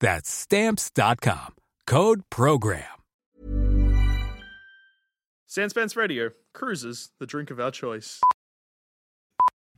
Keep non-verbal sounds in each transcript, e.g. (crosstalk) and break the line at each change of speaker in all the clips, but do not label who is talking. That's stamps.com. Code program.
Sandspans Radio cruises the drink of our choice.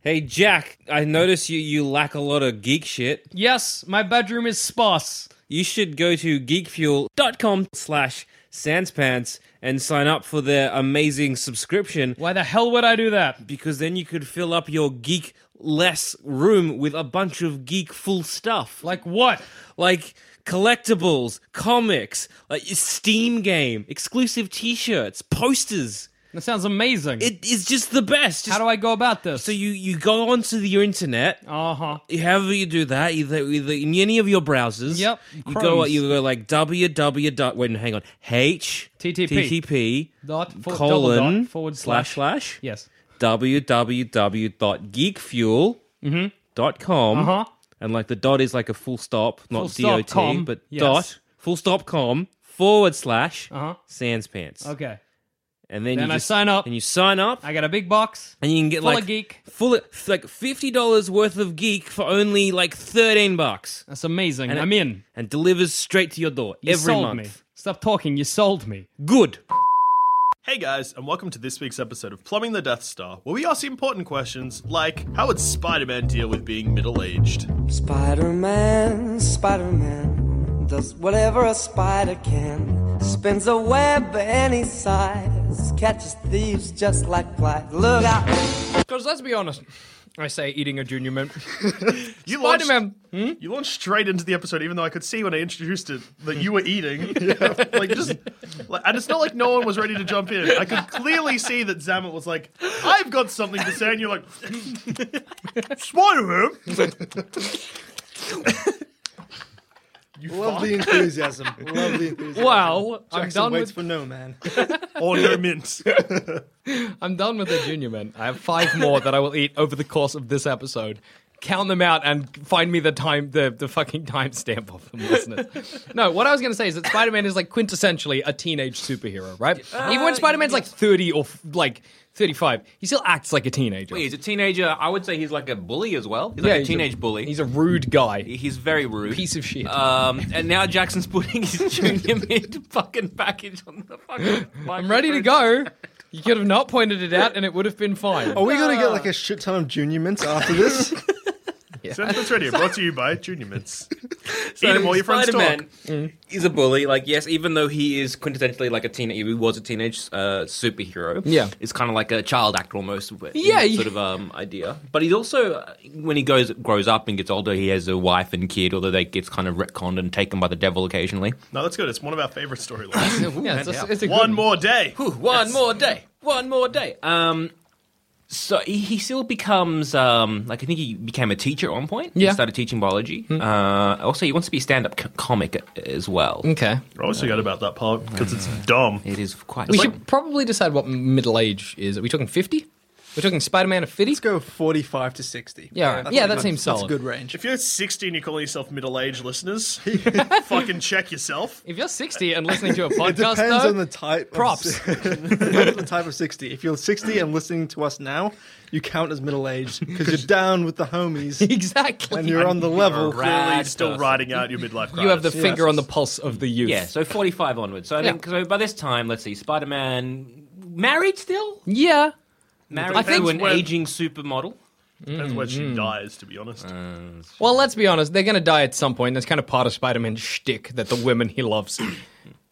Hey Jack, I notice you you lack a lot of geek shit.
Yes, my bedroom is sparse.
You should go to geekfuel.com slash sanspants and sign up for their amazing subscription
Why the hell would I do that?
because then you could fill up your geek less room with a bunch of geek full stuff.
Like what?
like collectibles, comics, like Steam game, exclusive T-shirts, posters.
That sounds amazing.
It is just the best.
How do I go about this?
So you you go onto the internet.
Uh huh.
However you do that, either, either in any of your browsers,
Yep,
you go
Chrome's.
you go like www dot wait no, hang on h
TTP.
TTP
Dot for- double
colon
dot forward
slash
slash.
slash
Yes.
www dot geekfuel dot com
Mm-hmm. Uh-huh.
and like the dot is like a full stop,
Full
not
stop
dot,
com,
but
yes.
dot full stop com forward slash
Uh-huh.
sans pants.
Okay.
And then,
Then
you
I
just-
sign up.
and you sign up,
I got a big box.
and you can get
full
like
of geek.
full of- like fifty dollars worth of geek for only like thirteen bucks,
That's amazing.
And
I'm
it-
in.
and delivers straight to your door
You
every
sold
month.
me. Stop talking. You sold (laughs) me.
Good.
Hey guys, and welcome to this week's episode of Plumbing the Death Star, where we ask important questions like how would Spider Man deal with being middle aged?
Spider Man, Spider Man, does whatever a spider can. Spins a web any size, catches thieves just like flies. Look out!
Because let's be honest. I say eating a junior
(laughs)
mint.
You
Spider Man.
launched, you launched straight into the episode, even though I could see when I introduced it that you were eating. (laughs) like just, like, and it's not like no one was ready to jump in. I could clearly see that Zamet was like, "I've got something to say," and you're like, (laughs) "Spider Man." (laughs) you
Love
fuck.
the enthusiasm. Love the enthusiasm.
Wow. I'm
Jackson
done
waits for
with.
no man.
Or no mint.
I'm done with the junior mint. I have five more that I will eat over the course of this episode. Count them out and find me the time, the, the fucking timestamp of them, listeners. no, what I was going to say is that Spider Man is like quintessentially a teenage superhero, right?
Uh,
Even when Spider Man's like 30 or f- like 35, he still acts like a teenager.
He's a teenager. I would say he's like a bully as well. He's like
Yeah,
a teenage bully.
He's a rude guy.
He's very rude.
Piece of shit.
Um, and now Jackson's (laughs) putting his junior (laughs) mid fucking package on the fucking.
I'm ready to go. You could have not pointed it out and it would have been fine.
Are we gonna get
Uh,
like a shit ton of junior mints after this?
Sentence
(laughs)
Radio brought to you by Junior Mints. Eat them all your friends talk.
Spider-Man is a bully. Like, yes, even though he is quintessentially like a teenager, he was a teenage uh, superhero.
Yeah.
it's kind of like a child actor almost. but
Yeah,
sort
yeah.
of um, idea. But he's also uh, when he goes grows up and gets older, he has a wife and kid. Although they gets kind of retconned and taken by the devil occasionally.
No, that's good. It's one of our
(laughs)
favorite storylines.
yeah, it's a, it's a
one
good-
more day.
Ooh, one more day. One more day. Um, so he, he still becomes um, like I think he became a teacher at one point.
Yeah.
he started teaching biology. Uh, also, he wants to be a stand-up c- comic a- as well.
Okay.
I always forget about that part because it's dumb.
It is quite.
We should probably decide what middle age is. Are we talking 50? We're talking Spider Man of 50?
Let's go 45 to 60.
Yeah,
that's
yeah,
a
that
good-
seems
that's
solid.
a good range.
If you're 60 and you call yourself middle
(laughs)
aged listeners, fucking check yourself.
If you're 60 and listening to a
(laughs) It
podcast,
depends
though,
on the type. (laughs)
props. (laughs)
Of, depends on the type of 60. If you're 60 and listening to us now, you count as middle aged because you're down with the homies
(laughs) exactly.
and you're on the level.
Right.
Clearly,
Rad
still
person.
riding out your midlife crisis.
You have the finger on the pulse of the youth.
Yeah, so 45 onwards. So I
Yeah.
think so by this time, let's see, Spider Man married still?
Yeah.
Married
I think
to an
when-
aging supermodel.
Depends where she
Mm-hmm.
dies, to be honest.
Uh, Well, let's be honest. They're going to die at some point. That's kind of part of Spider Man's shtick that the women he loves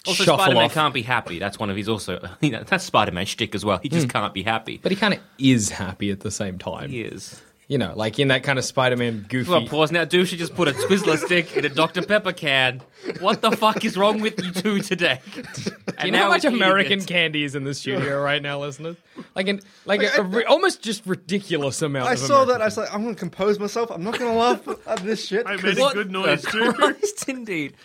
Also,
shuffle
Spider Man
off.
can't be happy. That's one of his also. (laughs) You know, that's Spider Man shtick as well. He just can't be happy.
Hmm. But he kind of is happy at the same time.
he is.
You know, like in that kind of Spider Man goofy.
Well, pause now. Do she just put a
(laughs)
Twizzler stick in a Dr. Pepper can? What the fuck is wrong with you two
(laughs)
today?
you
And
know
now
how much
we're eating
American
it.
candy is in the studio right now, listeners? Like, an, like a, a ri- almost just ridiculous amount.
I
of
saw
American
that. I was like, I'm going to compose myself. I'm not going to laugh at this shit.
I
'cause
made a
What
good
the
noise, too.
Christ, indeed.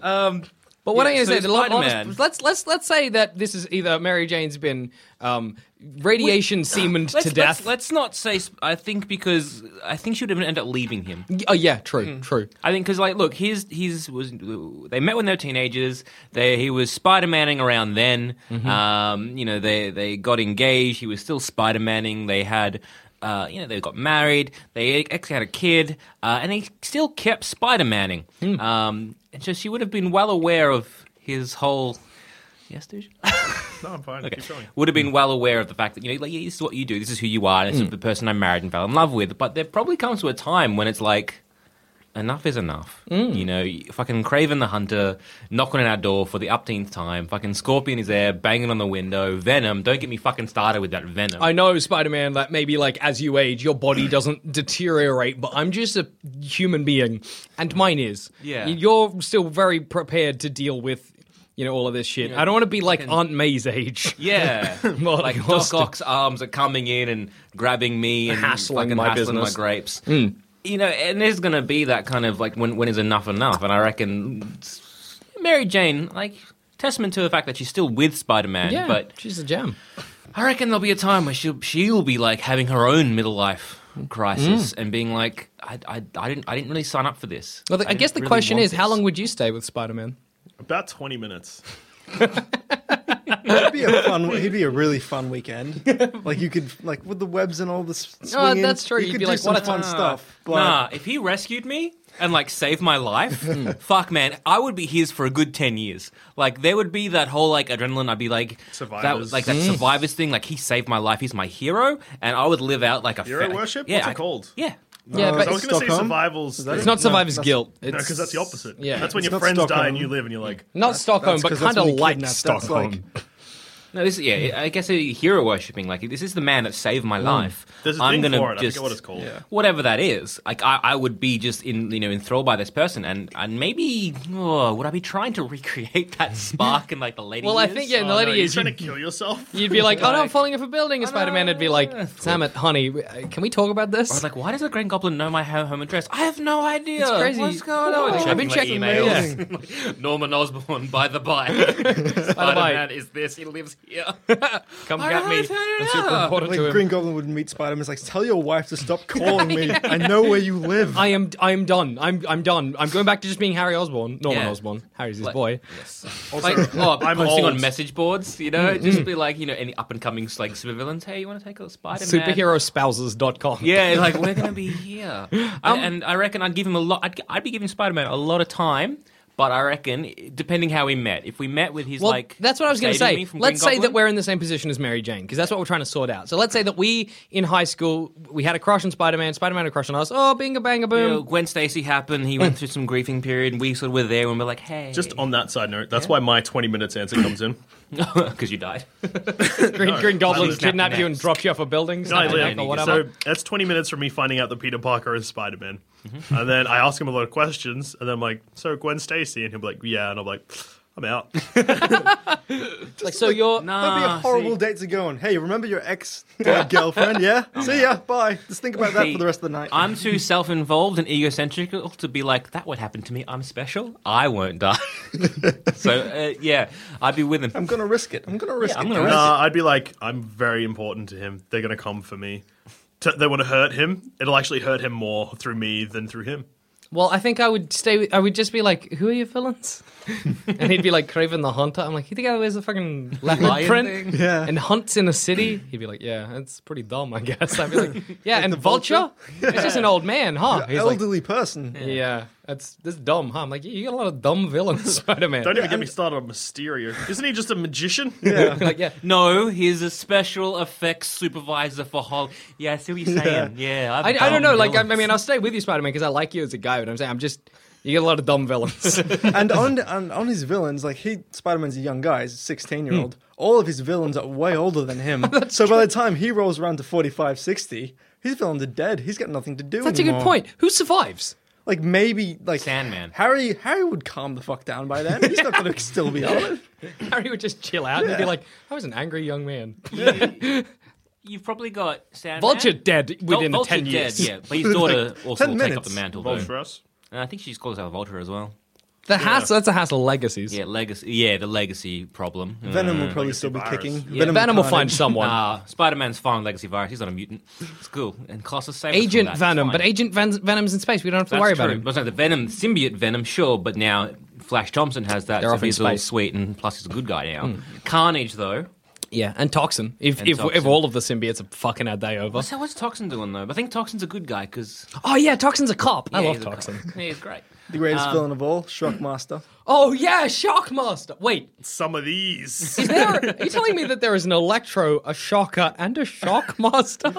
Um,
But what
Yeah, so
I'm going to say,
it's
a lot- lot of-
Spider-Man.
let's let's let's say that this is either Mary Jane's been um, radiation semened
let's,
to death.
Let's, let's not say. sp- I think because I think she would even end up leaving him.
oh yeah, true,
Mm.
true.
I think because like, look, his his was they met when they were teenagers. They he was Spider Manning around then. Um, you know, they they got engaged. He was still Spider Manning. They had. Uh, you know, they got married. They actually had a kid, uh, and he still kept Spider Manning. Um, and so she would have been well aware of his whole. Yes, dude.
No, I'm fine. Keep going.
would have been well aware of the fact that you know, like, yeah, this is what you do, this is who you are, and this is the person I married and fell in love with. But there probably comes to a time when it's like, enough is enough. You know, fucking Craven the Hunter knocking on our door for the upteenth time. Fucking Scorpion is there banging on the window. Venom, don't get me fucking started with that Venom.
I know Spider Man that maybe like as you age, your body doesn't deteriorate, but I'm just a human being, and mine is.
Yeah.
you're still very prepared to deal with. You know all of this shit. I don't want to be like Aunt May's age.
(laughs) yeah,
Well, (laughs)
like
of course.
Doc Ock's arms are coming in and grabbing me and
Hassling
fucking
my
hassling
business. Hmm.
my grapes. You know, and there's going to be that kind of like when when is enough enough? And I reckon Mary Jane, like testament to the fact that she's still with Spider Man,
Yeah,
but
she's a gem.
I reckon there'll be a time where she'll she'll be like having her own middle life crisis and being like, I, I, I didn't I didn't really sign up for this.
Hmm. Well, the, I,
didn't
guess the
really
question
want
is, how
this."
long would you stay with Spider Man?
About 20 minutes.
It'd be a fun. It'd be a really fun
(laughs)
weekend. Like you could like with the webs and all this.
Oh,
swinging,
that's true.
You
You'd
could
be
do
like,
some
what a
fun
time.
stuff. But
Uh, Nah, if he rescued me and like saved my
(laughs)
life,
Hmm.
fuck man, I would be his for a good ten years. Like there would be that whole like adrenaline. I'd be like
Survivors.
that, like
Hmm.
that survivors thing. Like he saved my life. He's my hero, and I would live out like a
Hero
fe-
worship?
Yeah,
What's it
I-
called?
Yeah,
yeah,
I was
but
it's-
going to say
Stockholm?
survivals.
that
thing.
it's not survivors'
that's-
guilt.
No,
It's-
because that's the opposite.
Yeah.
that's when
It's
your
not
friends die
Stockholm.
and you live, and you're like,
Not Stockholm,
that's
but
'cause that's
kind of
when he
like
kidnapped- that's
Stockholm.
like-
no, this is yeah. I guess a hero worshipping. Like this is the man that saved my
Hmm.
life.
"There's a
I'm
thing
gonna
for it." I
just
forget what it's called.
whatever that is. Like I, I would be just in you know enthralled by this person, and and maybe oh, would I be trying to (laughs) recreate that spark in like the lady?
well, I
years?
think yeah, in the
Oh,
later
no, you're
years,
trying to
you'd,
kill yourself.
you'd be like, "Oh no, I'm falling off a building," and Spider Man would be like, "Damn it, honey, uh, can we talk about
I was
this?"
like, why does the Green Goblin know my ho- home address? I have no idea.
It's crazy.
What's going on?
I've been checking
my
(laughs)
Norman Osborn, by the (laughs) by. Spider Man is this. He lives (laughs) here.
Come
I
get
don't
me.
know, turn it
That's super
up.
important
Like
to him.
Green Goblin would meet Spider Man. It's like, tell your wife to
(laughs)
stop calling me. I know where you live.
I am. I am done. I'm. I'm done. I'm going back to just being Harry Osborn. Norman
Yeah.
Osborn. Harry's his
Like-
boy.
Like, oh,
I'm
posting on
old.
message boards, you know? Just be like, you know, any up and coming like supervillains. Hey, you want to take a Spider Man?
Superherospouses.com.
Yeah, like we're
(laughs)
gonna be here,
Um,
and, and I reckon I'd give him a lot. I'd, I'd be giving Spider Man a lot of time, but I reckon depending how we met, if we met with his
Well,
like,
that's what I was going to
saving
say.
me from
Let's
Green
say that
Goblin.
we're in the same position as Mary Jane because that's what we're trying to sort out. So let's say that we in high school we had a crush on Spider Man. Spider Man had a crush on us. Oh, binga banga
You
boom.
know, Gwen Stacy happened. He went through some grieving period, and we sort of were there, and we're like, hey, (laughs)
Just on that side note, that's why my 20 minutes answer comes (clears throat) in.
because you died.
Green, Green Goblin
Snapped
kidnapped you and
next.
dropped you off a building.
No, I
snapped you
live.
up or
So
whatever.
that's 20 minutes from me finding out that Peter Parker is Spider Man. And then I ask him a lot of questions, and then I'm like, so Gwen Stacy? And he'll be like, yeah. And I'm like, I'm out.
Like,
(laughs)
so you're
That'd
Ah,
be a horrible date to go on. Hey, remember your ex dead girlfriend? Yeah.
(laughs) Oh,
See ya. Bye. Just think about that for the rest of the night.
I'm too self-involved and egocentrical to be like that. Would happen to me. I'm special. I won't die. (laughs) so uh, yeah, I'd be with him.
I'm gonna risk it. I'm gonna risk
I'm
it.
gonna risk
Nah, Uh, I'd be like, I'm very important to him. They're gonna come for me. T- they want to hurt him. It'll actually hurt him more through me than through him.
Well, I think I would stay. With, I would just be like, "Who are your villains?" (laughs) and he'd be like, "Craven the Hunter." I'm like, "He the guy that wears a fucking leopard
Lion
print
Yeah.
and hunts in a city." He'd be like, "Yeah, that's pretty dumb, I guess." I'd be like, "Yeah, and Vulture? It's just an old man, huh?" He's like,
Elderly person.
"Yeah, that's this dumb, huh?" I'm like, "You got a lot of dumb villains, (laughs) Spider Man."
Don't even get me started on Mysterio. Isn't he just a magician?
like, yeah,
No, he's a special effects supervisor for Hol. Yeah, I see what
(laughs)
you're saying. Yeah,
I, I don't know. Like, I, I mean, I'll stay with you, Spider Man, because I like you as a guy. But I'm saying, I'm just you get a lot of dumb villains.
and on and on his villains, like he Spider Man's a young guy, he's a sixteen year
Hmm.
old. All of his villains are way older than
(laughs)
him. so by the time he rolls around to 45, 60, his villains are dead. He's got nothing to do
that's a
anymore.
good point. Who survives?
Like maybe like
Sandman.
Harry Harry would calm the fuck down by then. He's not gonna (laughs) still
(laughs)
be on
Harry would just chill out and he'd be like, "I was an angry young man."
you've probably got Sandman.
(laughs) Vulture dead
Vul-
within
Vulture
ten
dead,
years.
yeah, but his daughter
Like,
also
10
will take up
minutes.
the mantle. though.
Voltress.
And I think she's calls out Vulture as well.
(laughs) The Hass, that's a Hass of legacies.
Yeah, legacy. Yeah, the legacy problem.
it. Venom will probably still be
virus.
kicking.
Venom, will
Carnage.
find someone.
Ah, Spider Man's fine. Legacy virus. He's not a mutant. It's cool. And Colossus saved us from that.
Agent
It's
Venom,
fine.
but Agent Ven- Venom's in space. We don't have to
That's
worry
true.
about him.
But it's like the Venom symbiote Venom, sure, but now Flash Thompson has that.
They're
so
off in
he's all
space. Hmm.
sweet, and plus he's a good guy now. Carnage though.
Yeah, and Toxin. If
And
if, if
Toxin.
all of the symbiotes are fucking our day over.
So what's Toxin doing though? I think Toxin's a good guy because
Oh yeah, Toxin's a cop. I love
he's a-
Toxin.
yeah, (laughs) he's great.
The greatest villain of all, (laughs) Shockmaster.
Oh yeah, Shockmaster. Wait,
Some of these.
is there? are you telling me that there is an Electro, a Shocker, and a (laughs) Shockmaster?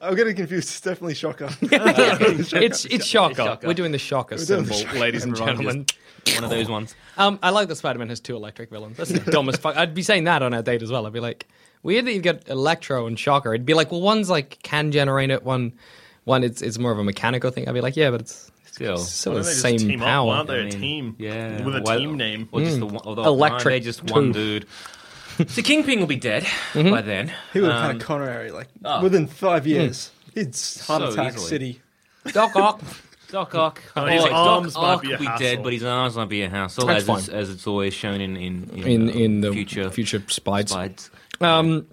I'm getting confused. It's definitely (laughs) Shocker.
it's it's shocker. We're doing the shocker
doing the
symbol, ladies and
Everyone
gentlemen.
One of those ones.
Um, I like that Spider-Man has two electric villains. That's the dumbest fuck. I'd be saying that on our date as well. I'd be like, weird that you've got Electro and Shocker. It'd be like, well, one's like can generate it, one, one it's it's more of a mechanical thing. I'd be like, yeah, but it's
Still.
still
Why
the
don't they just
same
team Up? Why
power.
aren't they
I
a
mean,
team?
Yeah.
With a
Why-
team name.
Or just the one, although
Hmm. Electric
Electric. They just one
two.
dude.
(laughs)
So Kingpin will be dead
Mm-hmm.
by then.
He would have had a coronary like within five years. He'd heart
So
attack
easily.
city.
Doc Ock.
Doc Ock. Oh,
his
Doc
arms might
Ock
be a
will be
hassle.
dead, but his arms might be a hassle,
That's
as it's,
fine.
as it's always shown in in in,
in
uh,
in the
future
future future spides.
slides.
Um,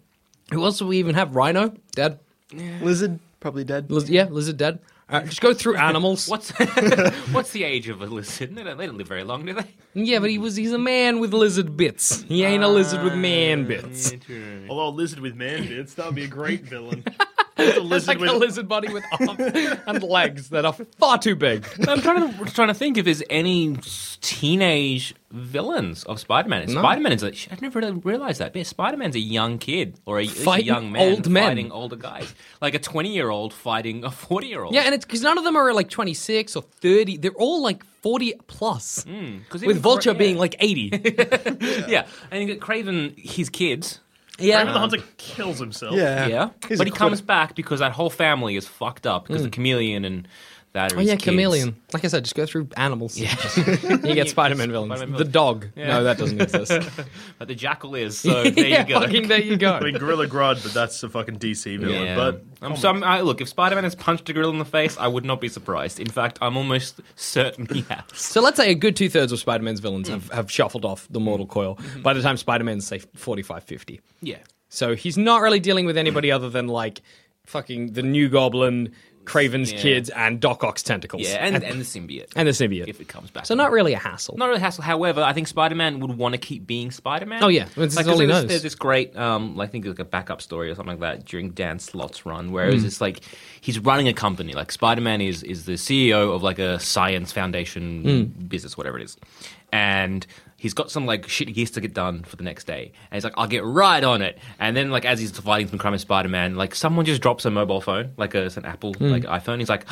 who else do we even have? Rhino dead.
Lizard probably dead.
Liz- yeah, lizard dead. Uh, just go through animals.
(laughs) What's what's the age of a lizard? They don't, they don't live very long, do they?
Yeah, but he was—he's a man with lizard bits. He ain't a lizard with man
Ah,
bits.
Although a lizard with man bits, that would be a great
(laughs)
villain. Just a
It's
lizard
like
with
a lizard body with arms
(laughs)
and legs that are far too big.
I'm trying to trying to think if there's any teenage villains of Spider-Man. Spider-Man is a, shit, I've never really realized that. But Spider-Man's a young kid or a, it's a
Fighting
young man
old men.
fighting older guys, like a 20 year old fighting a 40 year old.
Yeah, and it's because none of them are like 26 or 30. They're all like 40 plus.
Hmm.
With Vulture being like
(laughs)
80.
yeah. and you get Craven, his kids.
yeah.
Craven the Hunter kills himself.
Yeah.
Yeah,
He's
but
a
he comes back because that whole family is fucked up because the chameleon and that. Are
Hmm. Oh,
his
yeah,
kids.
chameleon. Like I said, just go through animals. Yeah. (laughs) you
(laughs)
get Spider Man villains.
Spider-Man
The
villains.
dog. No, that
(laughs)
doesn't exist.
But the jackal is. So there
(laughs) yeah,
you go.
fucking there
(laughs)
you go.
I mean, Gorilla Grodd, but that's a fucking DC villain.
Yeah.
But
I'm, so I'm, I, look, if Spider-Man has punched a gorilla in the face, I would not be surprised. In fact, I'm almost certain he
(laughs)
has.
So let's say a good two thirds of Spider Man's villains have, have shuffled off the mortal coil by the time Spider Man's, say, 45, 50.
Yeah.
So he's not really dealing with anybody other than like fucking the new goblin, Craven's
Yeah.
kids, and Doc Ock's tentacles.
Yeah, and, and the symbiote.
and the symbiote.
if it comes back.
so not really a hassle.
Not really hassle. However, I think Spider-Man would want to keep being Spider-Man.
Oh, yeah. This is
Like, 'cause
all he
there was-
knows.
There's this great, um, like, I think it was like a backup story or something like that during Dan Slott's run, where it
Hmm.
was just like he's running a company. Like Spider-Man is is the CEO of like a science foundation
Hmm.
business, whatever it is, and. He's got some like shit he has to get done for the next day, and he's like, "I'll get right on it." And then, like, as he's
Hmm.
fighting some crime with Spider-Man, like someone just drops a mobile phone, like a, it's an Apple like iPhone. He's like,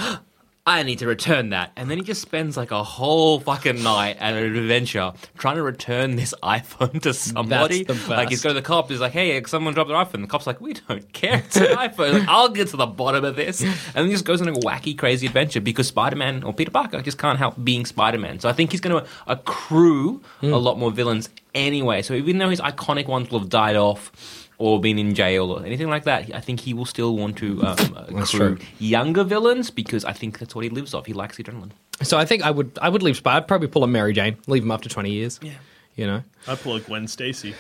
I need to return that. And then he just spends like a whole fucking night at an adventure trying to return this (laughs) iPhone to somebody.
That's the
Like he's
best.
go to the cop, he's like, hey, uh, someone dropped their iPhone. The cop's like, we don't care. It's an iPhone. Like, I'll get to the bottom of this. And then he just goes on a wacky, crazy adventure because Spider Man or Peter Parker just can't help being Spider Man. So I think he's going to accrue a lot more villains anyway. So even though his iconic ones will have died off or been in jail or anything like that, I think he will still want to um, accrue
true.
younger villains because I think that's what he lives off. He likes the adrenaline.
So I think I would I would leave Spy. I'd probably pull a Mary Jane, leave him after twenty years. Yeah, you know,
I plug Gwen Stacy.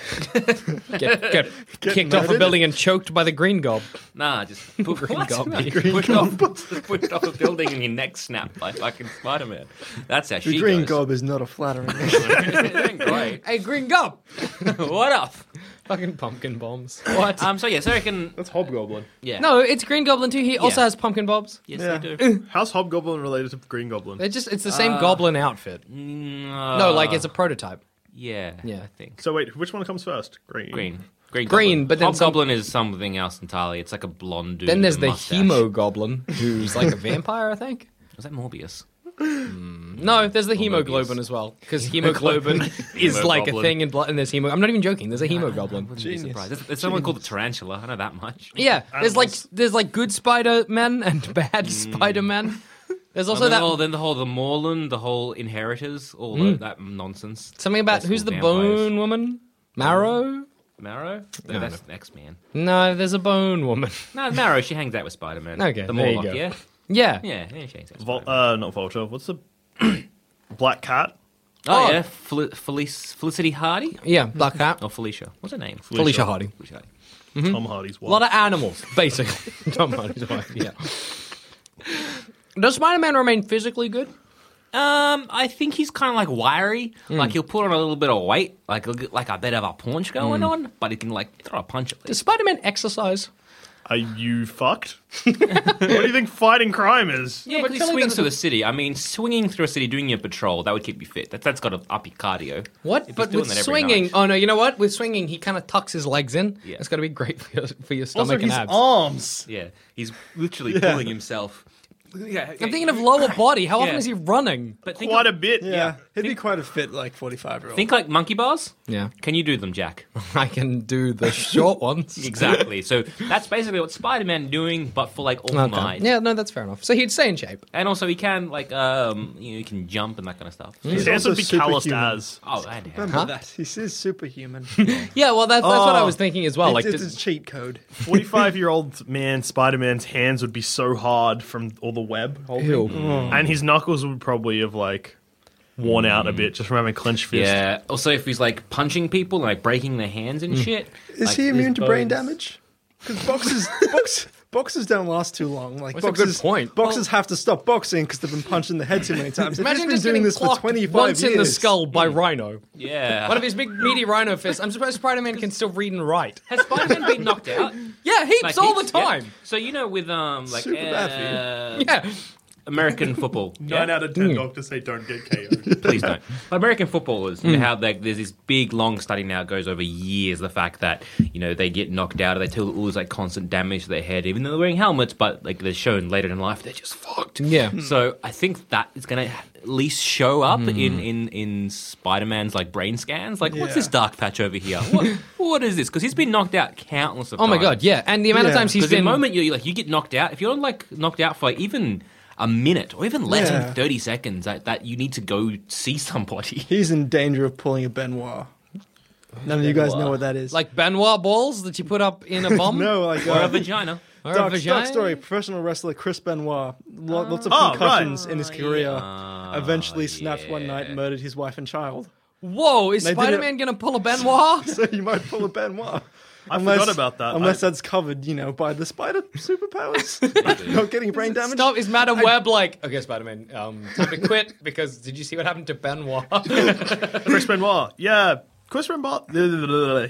get, (laughs) get kicked off a
murdered?
building and choked by the Green Gob.
Nah, just poof,
(laughs) Green
what? (laughs)
goblin.
You push off, push off a building and your neck snapped by fucking Spider Man. That's how
The
she
green
goes.
gob is not a flattering name.
(laughs) Great.
Hey, Green Gob!
what up?
Fucking pumpkin bombs. What?
Um, so yeah, so I reckon.
That's Hobgoblin.
Yeah.
no, it's Green Goblin too. He also
Yeah.
has pumpkin bobs.
Yes,
Yeah.
they
Mm.
do.
How's Hobgoblin related to Green Goblin?
They're just it's the same goblin outfit. no, like it's a prototype.
Uh, Yeah.
Yeah.
I think.
So wait, which one comes first? Green.
Green. Green.
Green,
Goblin.
but then some-
Hobgoblin is something else entirely. It's like a blonde dude.
Then there's
with
the
a mustache.
Hemo Goblin, who's like
(laughs)
a vampire, I think.
Was that Morbius?
No, there's the hemoglobin as well,
(laughs)
because hemoglobin is like a
Hemoglobin.
thing in blood. And there's hemo. I'm not even joking. There's a hemoglobin.
Wouldn't be surprised. There's, there's someone called the Tarantula. I know that much.
Yeah, there's like
Animals.
there's like good Spider Man
(laughs)
and bad
Mm.
Spider Man. There's also
and then,
that Mm.
all, then the whole the Morland, the whole Inheritors, all the- that nonsense.
something about
That's
who's the
all vampires.
Bone Woman? Marrow?
Marrow? No, that's X Man.
No, there's a Bone Woman. (laughs)
No, Marrow. She hangs out with Spider Man.
Okay,
The
there you
Morlock.
go.
Yeah.
Yeah.
Yeah. Yeah. She hangs out. with
Vol-
Spider-Man.
uh, not Vulture. What's the (clears throat) Black Cat?
oh,
oh.
yeah. Fel- Felice- Felicity Hardy
Yeah, Black
(laughs)
Hat.
or Felicia? What's her name?
Felicia Hardy.
Felicia Hardy.
Tom Hardy's
A
wife.
lot of animals, basically. (laughs) Tom Hardy's wife,
(laughs)
yeah. Does Spider Man remain physically good?
Um, I think he's kind of like wiry. Like he'll put on a little bit of weight, like he'll get like a bit of a paunch going on, but he can like throw a punch at
Does
least.
Spider Man exercise?
Are you fucked? (laughs) what do you think fighting crime is?
Yeah,
but
but he
Kelly
swings
doesn't-
through the city. I mean, swinging through a city, doing your patrol, that would keep you fit. That, that's got to up your cardio. If
What?
he's
But
doing
with
that every
swinging,
night.
oh no, you know what? With swinging, he kind of tucks his legs in.
Yeah.
It's got to be great for your, for your stomach
also,
and
his
abs.
arms.
Yeah, he's literally pulling himself. Yeah,
I'm thinking of lower body. How often
Yeah.
is he running?
but think
Quite
of-
a bit.
Yeah, he'd be quite a fit, like forty-five year old.
Think like monkey bars.
Yeah.
Can you do them, Jack?
I can do
(laughs)
the short ones.
exactly. So that's basically what Spider-Man doing, but for like all
Okay.
night.
Yeah, no, that's fair enough. So he'd stay in shape.
And also he can like um you know he can jump and that kind of stuff.
Mm.
His hands would
also
be calloused
superhuman.
as.
Oh, I know.
Remember that he is superhuman.
Yeah, well, that's, that's what I
Oh.
was thinking as well.
It's-
Like,
it's,
did-
a cheat code.
45 year old man, Spider Man's hands would be so hard from all the web. holding. And his knuckles would probably have, like, worn out a bit just from having clenched fists.
Yeah. Also, if he's like punching people, like breaking their hands
Mm.
and shit.
Is
like,
he immune
his
to brain
bones-
damage? Because boxes, (laughs) box, boxes don't last too long. Like
That's a good
boxers,
point.
boxers have to stop boxing because they've been punched in the head too many times. If
imagine
he's been
just
doing
getting
this for
clocked
twenty-five
once
years.
in the skull by Rhino.
Yeah.
One of his big meaty Rhino fists. I'm surprised Spider-Man can still read and write.
Has Spider-Man been knocked out?
Yeah, heaps
Like,
all
he's-
the
yeah.
time.
So you know, with um like
Super
uh,
Yeah.
American football. yeah?
Nine out of
Hmm.
ten doctors say don't get KO'd.
Please don't. (laughs) American footballers, you know how like there's this big long study now goes over years the fact that you know they get knocked out or they tell all this like constant damage to their head, even though they're wearing helmets, but like they're shown later in life they're just fucked.
Yeah.
So I think that is going to at least show up in in in Spider Man's like brain scans. Like, what's
Yeah.
this dark patch over here? What what is this? Because he's been knocked out countless of
Oh
times.
my god, yeah. And the amount of
Yeah.
times he's
Because the
been
moment you like you get knocked out, if you're like knocked out for like, even a minute or even less
Yeah.
than thirty seconds, that, that you need to go see (laughs) somebody.
He's in danger of pulling a Benoit. None of you guys know
Benoit?
what that is.
like Benoit balls that you put up
(laughs)
in a bomb
no, like
or a
uh,
vagina.
or a
dark,
vagina.
dark story. Professional wrestler Chris Benoit, lo- lots of
Oh, right.
concussions in his career. eventually, snapped one night, and murdered his wife and child. (laughs)
Whoa, is
They did
Spider-Man going to pull a Benoit?
so you might pull a Benoit.
I forgot about that.
Unless
I-
that's covered, you know, by the spider
(laughs)
superpowers. (laughs) Not getting (laughs) brain damage.
Stop, is Madame Web like, okay, Spider-Man, um, time to quit because did you see what happened
(laughs)
to Benoit?
Chris Benoit. Yeah. Chris Benoit.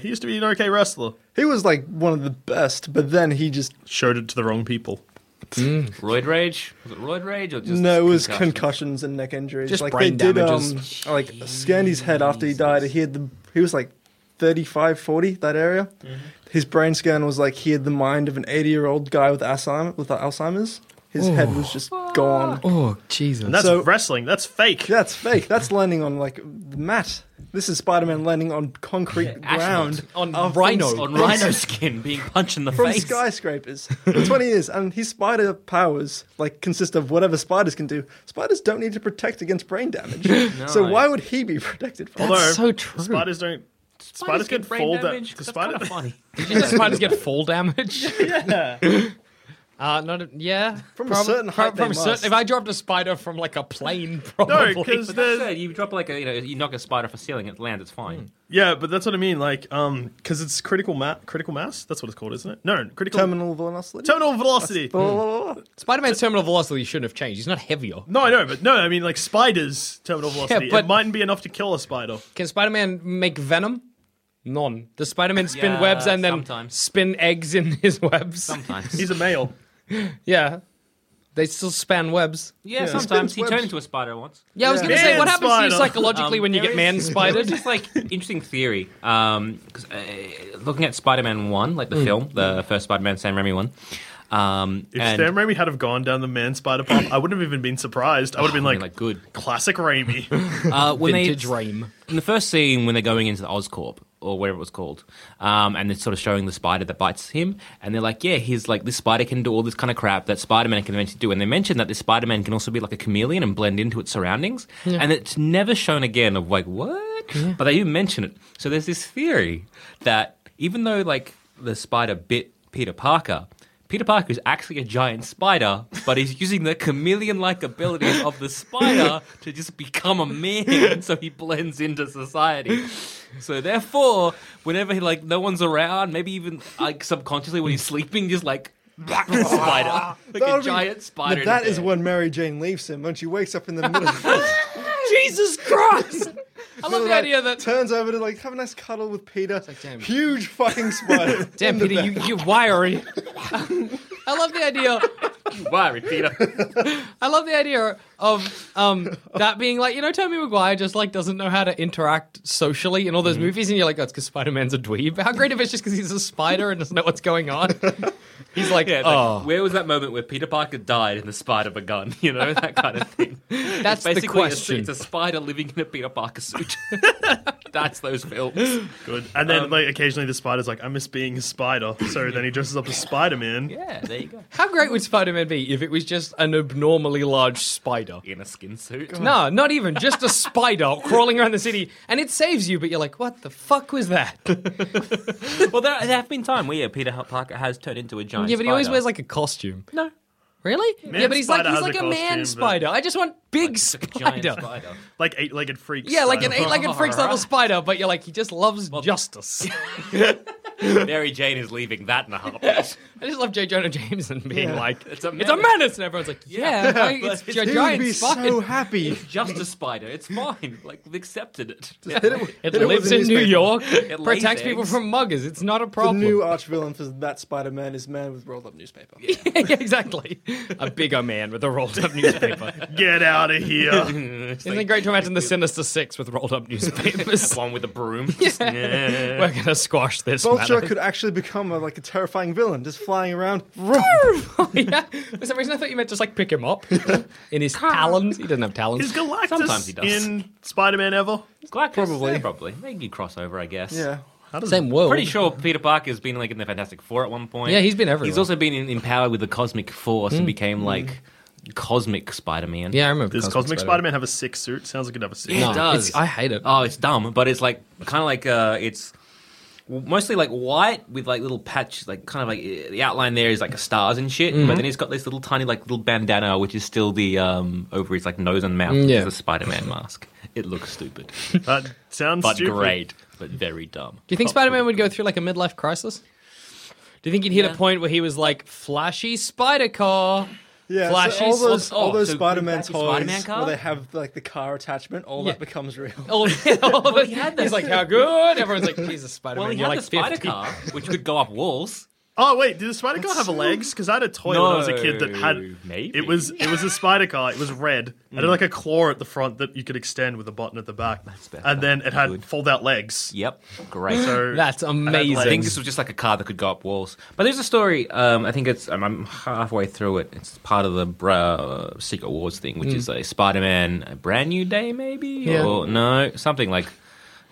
(laughs) He used to be an okay wrestler.
He was like one of the best, but then he just
Showed it to the wrong people.
Roid rage? Was it roid rage or just
no, it was
concussion?
concussions and neck injuries.
Just
like
brain
they did,
damages.
Um, like Scandy's head after he died. He had the he was like 35, 40, that area.
Mm-hmm.
His brain scan was like he had the mind of an eighty year old guy with Alzheimer, with Alzheimer's. His head was just gone.
Ah.
Oh Jesus!
That's
So-
wrestling. That's fake.
That's fake. That's landing on like mat. This is Spider-Man landing on
(laughs)
concrete ground
on
of-
rhino.
from-
on rhino skin being punched in the
from
face.
skyscrapers for 20 years and his spider powers like consist of whatever spiders can do spiders don't need to protect against brain
(laughs)
damage so why would he be protected from
Although,
that?
That's so true.
Spiders don't. Spiders, can
brain
fold that.
damage?
the
That's
spider-
kinda (laughs) funny.
Did you know spiders get
(laughs)
fall damage?
yeah.
(laughs) Uh, not a, yeah.
From a certain height
From,
they
a certain,
must.
if I dropped a spider from like a plane,
(laughs)
probably.
No, because
But that's
the
it. You drop like a, you know, you knock a spider off a ceiling, it lands, it's fine.
yeah, but that's what I mean. Like, um, because it's critical ma- critical mass. That's what it's called, isn't it? No, critical
terminal velocity Oh,
terminal velocity.
Blah, blah, blah, blah.
Spider-Man's terminal velocity shouldn't have changed. He's not heavier.
Hmm. No, I know, but no, I mean like spiders'
(laughs)
terminal velocity.
but-
It mightn't be enough to kill a spider.
Can Spider-Man make venom? None. Does Spider-Man spin
Yeah,
webs and then
sometimes.
spin eggs in his (laughs) webs?
Sometimes.
He's a male.
Yeah. They still span webs.
yeah, sometimes he turned into a spider once.
Yeah, I was going to
Yeah.
say, what
Man
happens to you
spider.
psychologically
Um,
when you
there
get
is- (laughs)
man-spidered?
It's like interesting theory. Um, 'cause, uh, looking at Spider-Man One, like the film, the first Spider-Man Sam Raimi one. Um,
If
and
Sam Raimi had have gone down the man spider path, I wouldn't have even been surprised. I would have been like,
Oh, like good.
classic Raimi.
(laughs) Uh, when they
Vintage Rame.
in the first scene when they're going into the Oscorp or whatever it was called, um, and they're sort of showing the spider that bites him, and they're like, "Yeah, he's like this spider can do all this kind of crap that Spider-Man can eventually do," and they mention that this Spider-Man can also be like a chameleon and blend into its surroundings, and it's never shown again. Of like what, but they do mention it. So there's this theory that even though like the spider bit Peter Parker. Peter Parker is actually a giant spider, but he's using the chameleon-like abilities of the spider to just become a man, (laughs) so he blends into society. So therefore, whenever he like no one's around, maybe even like subconsciously when he's sleeping, just like
(laughs)
spider, like
That
a
would be-
giant spider.
Now,
in
that
his
is
bed.
when mary jane leaves him when she wakes up in
(laughs)
the middle of the
(laughs)
Jesus Christ!
(laughs)
I love the
night,
idea that...
turns over to like have a nice cuddle with peter
damn.
huge fucking spider
(laughs) Damn,
in the
Peter, you,
bed.
you're
(laughs)
wiry. I love the idea...
Why, Peter?
I love the idea of um, that being like, you know, Tommy Maguire just like doesn't know how to interact socially in all
Mm-hmm.
those movies, and you're like, oh, that's because Spider Man's a dweeb. How great if it's just because he's a spider and doesn't know what's going on? (laughs) He's like,
Yeah, it's like,
oh,
where was that moment where Peter Parker died and the spider begun? (laughs) You know that kind of thing.
that's the
Basically, it's-
question.
It's, a spider living in a Peter Parker (laughs) suit. That's those films.
Good. And
Um,
then like occasionally the spider's like, I miss being a spider. So then he dresses up as Spider Man.
Yeah, there you go.
How great would Spider Man be if it was just an abnormally large spider?
In a skin suit.
No, not even just a spider (laughs) crawling around the city, and it saves you. But you're like, what the fuck was that? yeah,
Well, there, there have been time where yeah, Peter Parker has turned into a giant.
but he always
spider.
wears like a costume.
no
Really? yeah, but he's like
spider
he's
has
like a,
a costume,
man
but-
spider. I just want big
It's like a
spider.
giant spider.
Like eight legged freaks.
Yeah, like an
style. (laughs)
eight-legged freaks level
(laughs)
spider, but you're like he just loves justice.
(laughs) Mary Jane is leaving that in a heartbeat.
(laughs) I just love J. Jonah Jameson being like,
It's a
"It's a
menace."
menace," and everyone's like, "Yeah, like, it's
but
a
he would
giant
be (laughs)
spider.
so happy
(laughs) Just a spider. It's fine. Like we've accepted it.
(laughs) it
it was
lives
a
in New
newspaper.
York.
lays
protects people
eggs.
from muggers. It's not a
the
problem."
new arch villain for that spider-man is man with rolled up newspaper
(laughs) yeah, exactly. A bigger man with a rolled-up (laughs) newspaper.
Get out of
(laughs)
here.
Isn't it great to imagine the Sinister Six with rolled-up newspapers? (laughs)
One with a broom. (laughs) Yeah.
We're gonna squash this.
vulture
matter.
could actually become a, like a terrifying villain just flying around
(laughs) yeah. For some reason, I thought you meant just like pick him up in his talons. He doesn't have talons.
Is Galactus
Sometimes he does.
in Spider Man ever?
Galactus,
Probably.
yeah, probably. Maybe crossover, I guess.
yeah
Same world.
Pretty sure Peter Parker's been like in the Fantastic Four at one point.
Yeah, Mm. he's been everywhere.
He's also been in, empowered with the Cosmic Force and became like Cosmic Spider-Man.
Yeah, I remember.
Does Cosmic Spider Man have a six suit? Sounds like it have a six.
It
No,
does.
it's- I hate it.
Oh, it's dumb, but it's like kind of like uh, it's mostly like white with like little patch, like kind of like uh, the outline there is like stars and shit.
Mm-hmm.
But then he's got this little tiny like little bandana, which is still the um over his like nose and mouth.
Mm,
which
yeah.
is a Spider-Man mask. It looks
(laughs)
stupid,
That sounds
but
stupid.
great, but very dumb.
Do you think Spider Man would go through like a midlife crisis? Do you think he'd hit a point where he was like flashy Spider Car?
Yeah,
Flashy
so all those
sw-
all
oh,
those
so
Spider-Man
back to
toys
Spider-Man car?
where they have like the car attachment, all
Yeah.
that becomes real.
Oh, (laughs) well, he had He's like, how good? Everyone's like, Jesus, Spider Man,
Well, he
you're
had
like
the spider
50.
car, which could go up walls.
Oh wait, did the spider car have legs? Because I had a toy when I was a kid that
No,
had.
maybe. Mm.
It was it was a spider car. It was red. It had like a claw at the front that you could extend with a button at the back. That's
better.
And then it had fold out legs.
Yep, great.
So
That's amazing.
I think this was just like a car that could go up walls. But there's a story. Um, I think it's I'm, I'm halfway through it. It's part of the bra- Secret Wars thing, which is a Spider-Man, a brand new day, maybe
Mm. Yeah.
or no, something like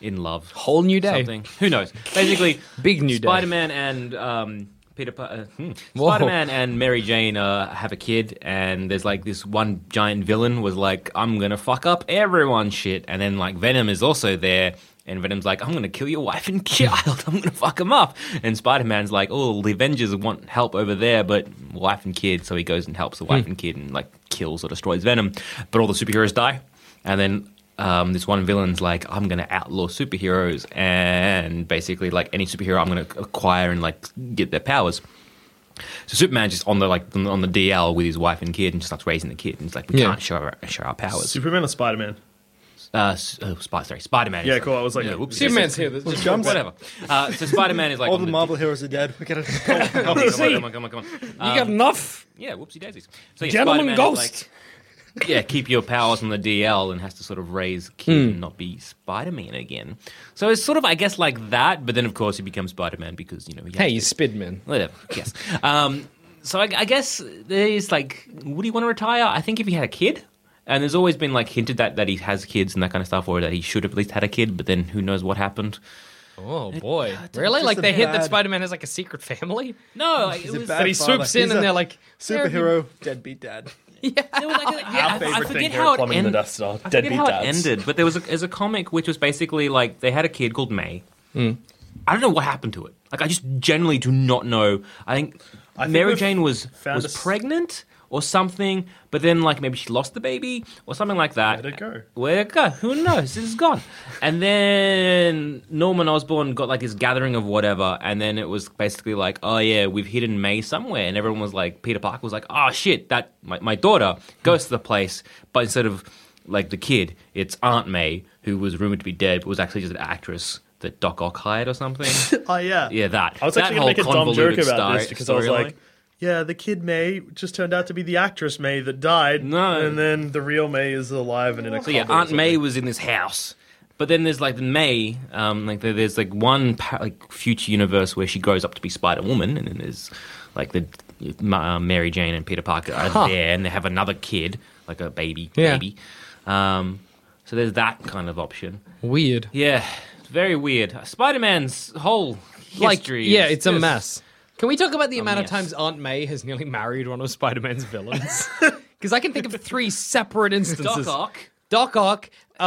in love,
Whole new day.
something. Who knows? Basically,
(laughs) Big new day.
Spider-Man and um, Peter. Pa- uh, hmm.
Whoa.
Spider-Man and Mary Jane uh, have a kid, and there's like this one giant villain was like, "I'm gonna fuck up everyone, shit," and then like Venom is also there. And Venom's like, I'm gonna kill your wife and (laughs) child. I'm gonna fuck them up. And Spider Man's like, oh, the Avengers want help over there, but wife and kid. So he goes and helps the wife and kid and like kills or destroys Venom. But all the superheroes die. And then um, this one villain's like, I'm going to outlaw superheroes and basically like any superhero I'm going to acquire and like get their powers. So Superman's just on the like on the DL with his wife and kid and just starts raising the kid and it's like we
Yeah.
can't show our, show our powers.
Superman or Spider Man?
uh, s- oh, Sp- sorry, Spider Man.
Yeah, cool. I was like,
whoops.
Superman's here. This just
jumps.
Whatever. Uh, so Spider Man is like
All
on
the
the
Marvel heroes are dead. We gotta (laughs) go.
Come on, come on, come on, come on, come on.
you got enough,
Yeah, whoopsie daisies. So yeah,
gentleman
Spider-Man is
(laughs)
ghost.
like, yeah, keep your powers on the DL and has to sort of raise kid and not be Spider-Man again. So it's sort of, I guess, like that. But then, of course, he becomes Spider-Man because you know he has
Hey, you Spidman.
whatever. Yes. Um, so I, I guess there's like, would he want to retire? I think if he had a kid, and there's always been like hinted that that he has kids and that kind of stuff, or that he should have at least had a kid. But then who knows what happened?
Oh boy, really? Like
a
they hit that
bad-
Spider-Man has like a secret family,
No, like, it was.
bad
but he
father.
swoops
He's
in
a
and they're like
superhero, deadbeat dad.
There was like a,
(laughs)
yeah, I- I,
favorite thing
forget
here
how
at
it
Plumbing
ended.
the Death Star.
I forget
Deadbeat
how
dads.
it ended, but there was a, there's a comic which was basically like they had a kid called May. I don't know what happened to it. Like I just generally do not know. I think
think
Mary
we've
Jane was
found
was
a s-
pregnant or something, but then like maybe she lost the baby or something like that.
Where'd it go?
Where'd it go? Who knows? It's gone. And then Norman Osborn got like his gathering of whatever, and then it was basically like, oh yeah, we've hidden May somewhere, and everyone was like, Peter Parker was like, oh shit, that my, my daughter goes to the place, but instead of like the kid, it's Aunt May who was rumored to be dead, but was actually just an actress that Doc Ock hired or something.
Oh yeah.
Yeah, that.
I was
That
actually gonna make a
whole
dumb joke
convoluted
about
story-
this because I was
storyline.
like, yeah, the kid May just turned out to be the actress May that died.
No.
And then the real May is alive and in a
So yeah,
cupboard or
Aunt May
something.
was in this house, but then there's like May, um, like there- there's like one pa- like future universe where she grows up to be Spider Woman, and then there's like the Ma- uh, Mary Jane and Peter Parker are there, and they have another kid, like a baby,
Yeah.
baby. Um, so there's that kind of option.
weird.
Yeah, it's very weird. Spider Man's whole history,
like, yeah,
is
it's a
just-
mess. Can we talk about the amount of
mess.
times Aunt May has nearly married one of Spider Man's villains? (laughs) Because I can think of three separate instances.
Doc Ock.
Doc Ock, uh,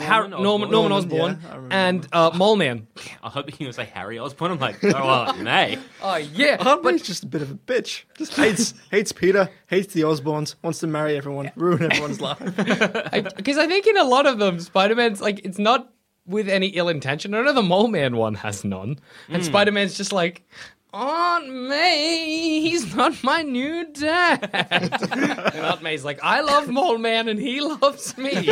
Har-
Osborn.
Norman, Norman Osborn, and uh, Mole Man.
I hope you can say Harry Osborn. I'm like, oh, Aunt May.
(laughs) Oh, yeah.
Aunt May's just a bit of a bitch. Just hates hates Peter, hates the Osborns, wants to marry everyone, ruin everyone's life.
Because I think in a lot of them, Spider Man's like, it's not with any ill intention. I know the Mole Man one has none. And Spider Man's just like, Aunt May, he's not my new dad. (laughs) and Aunt May's like, I love Mole Man and he loves (laughs) me.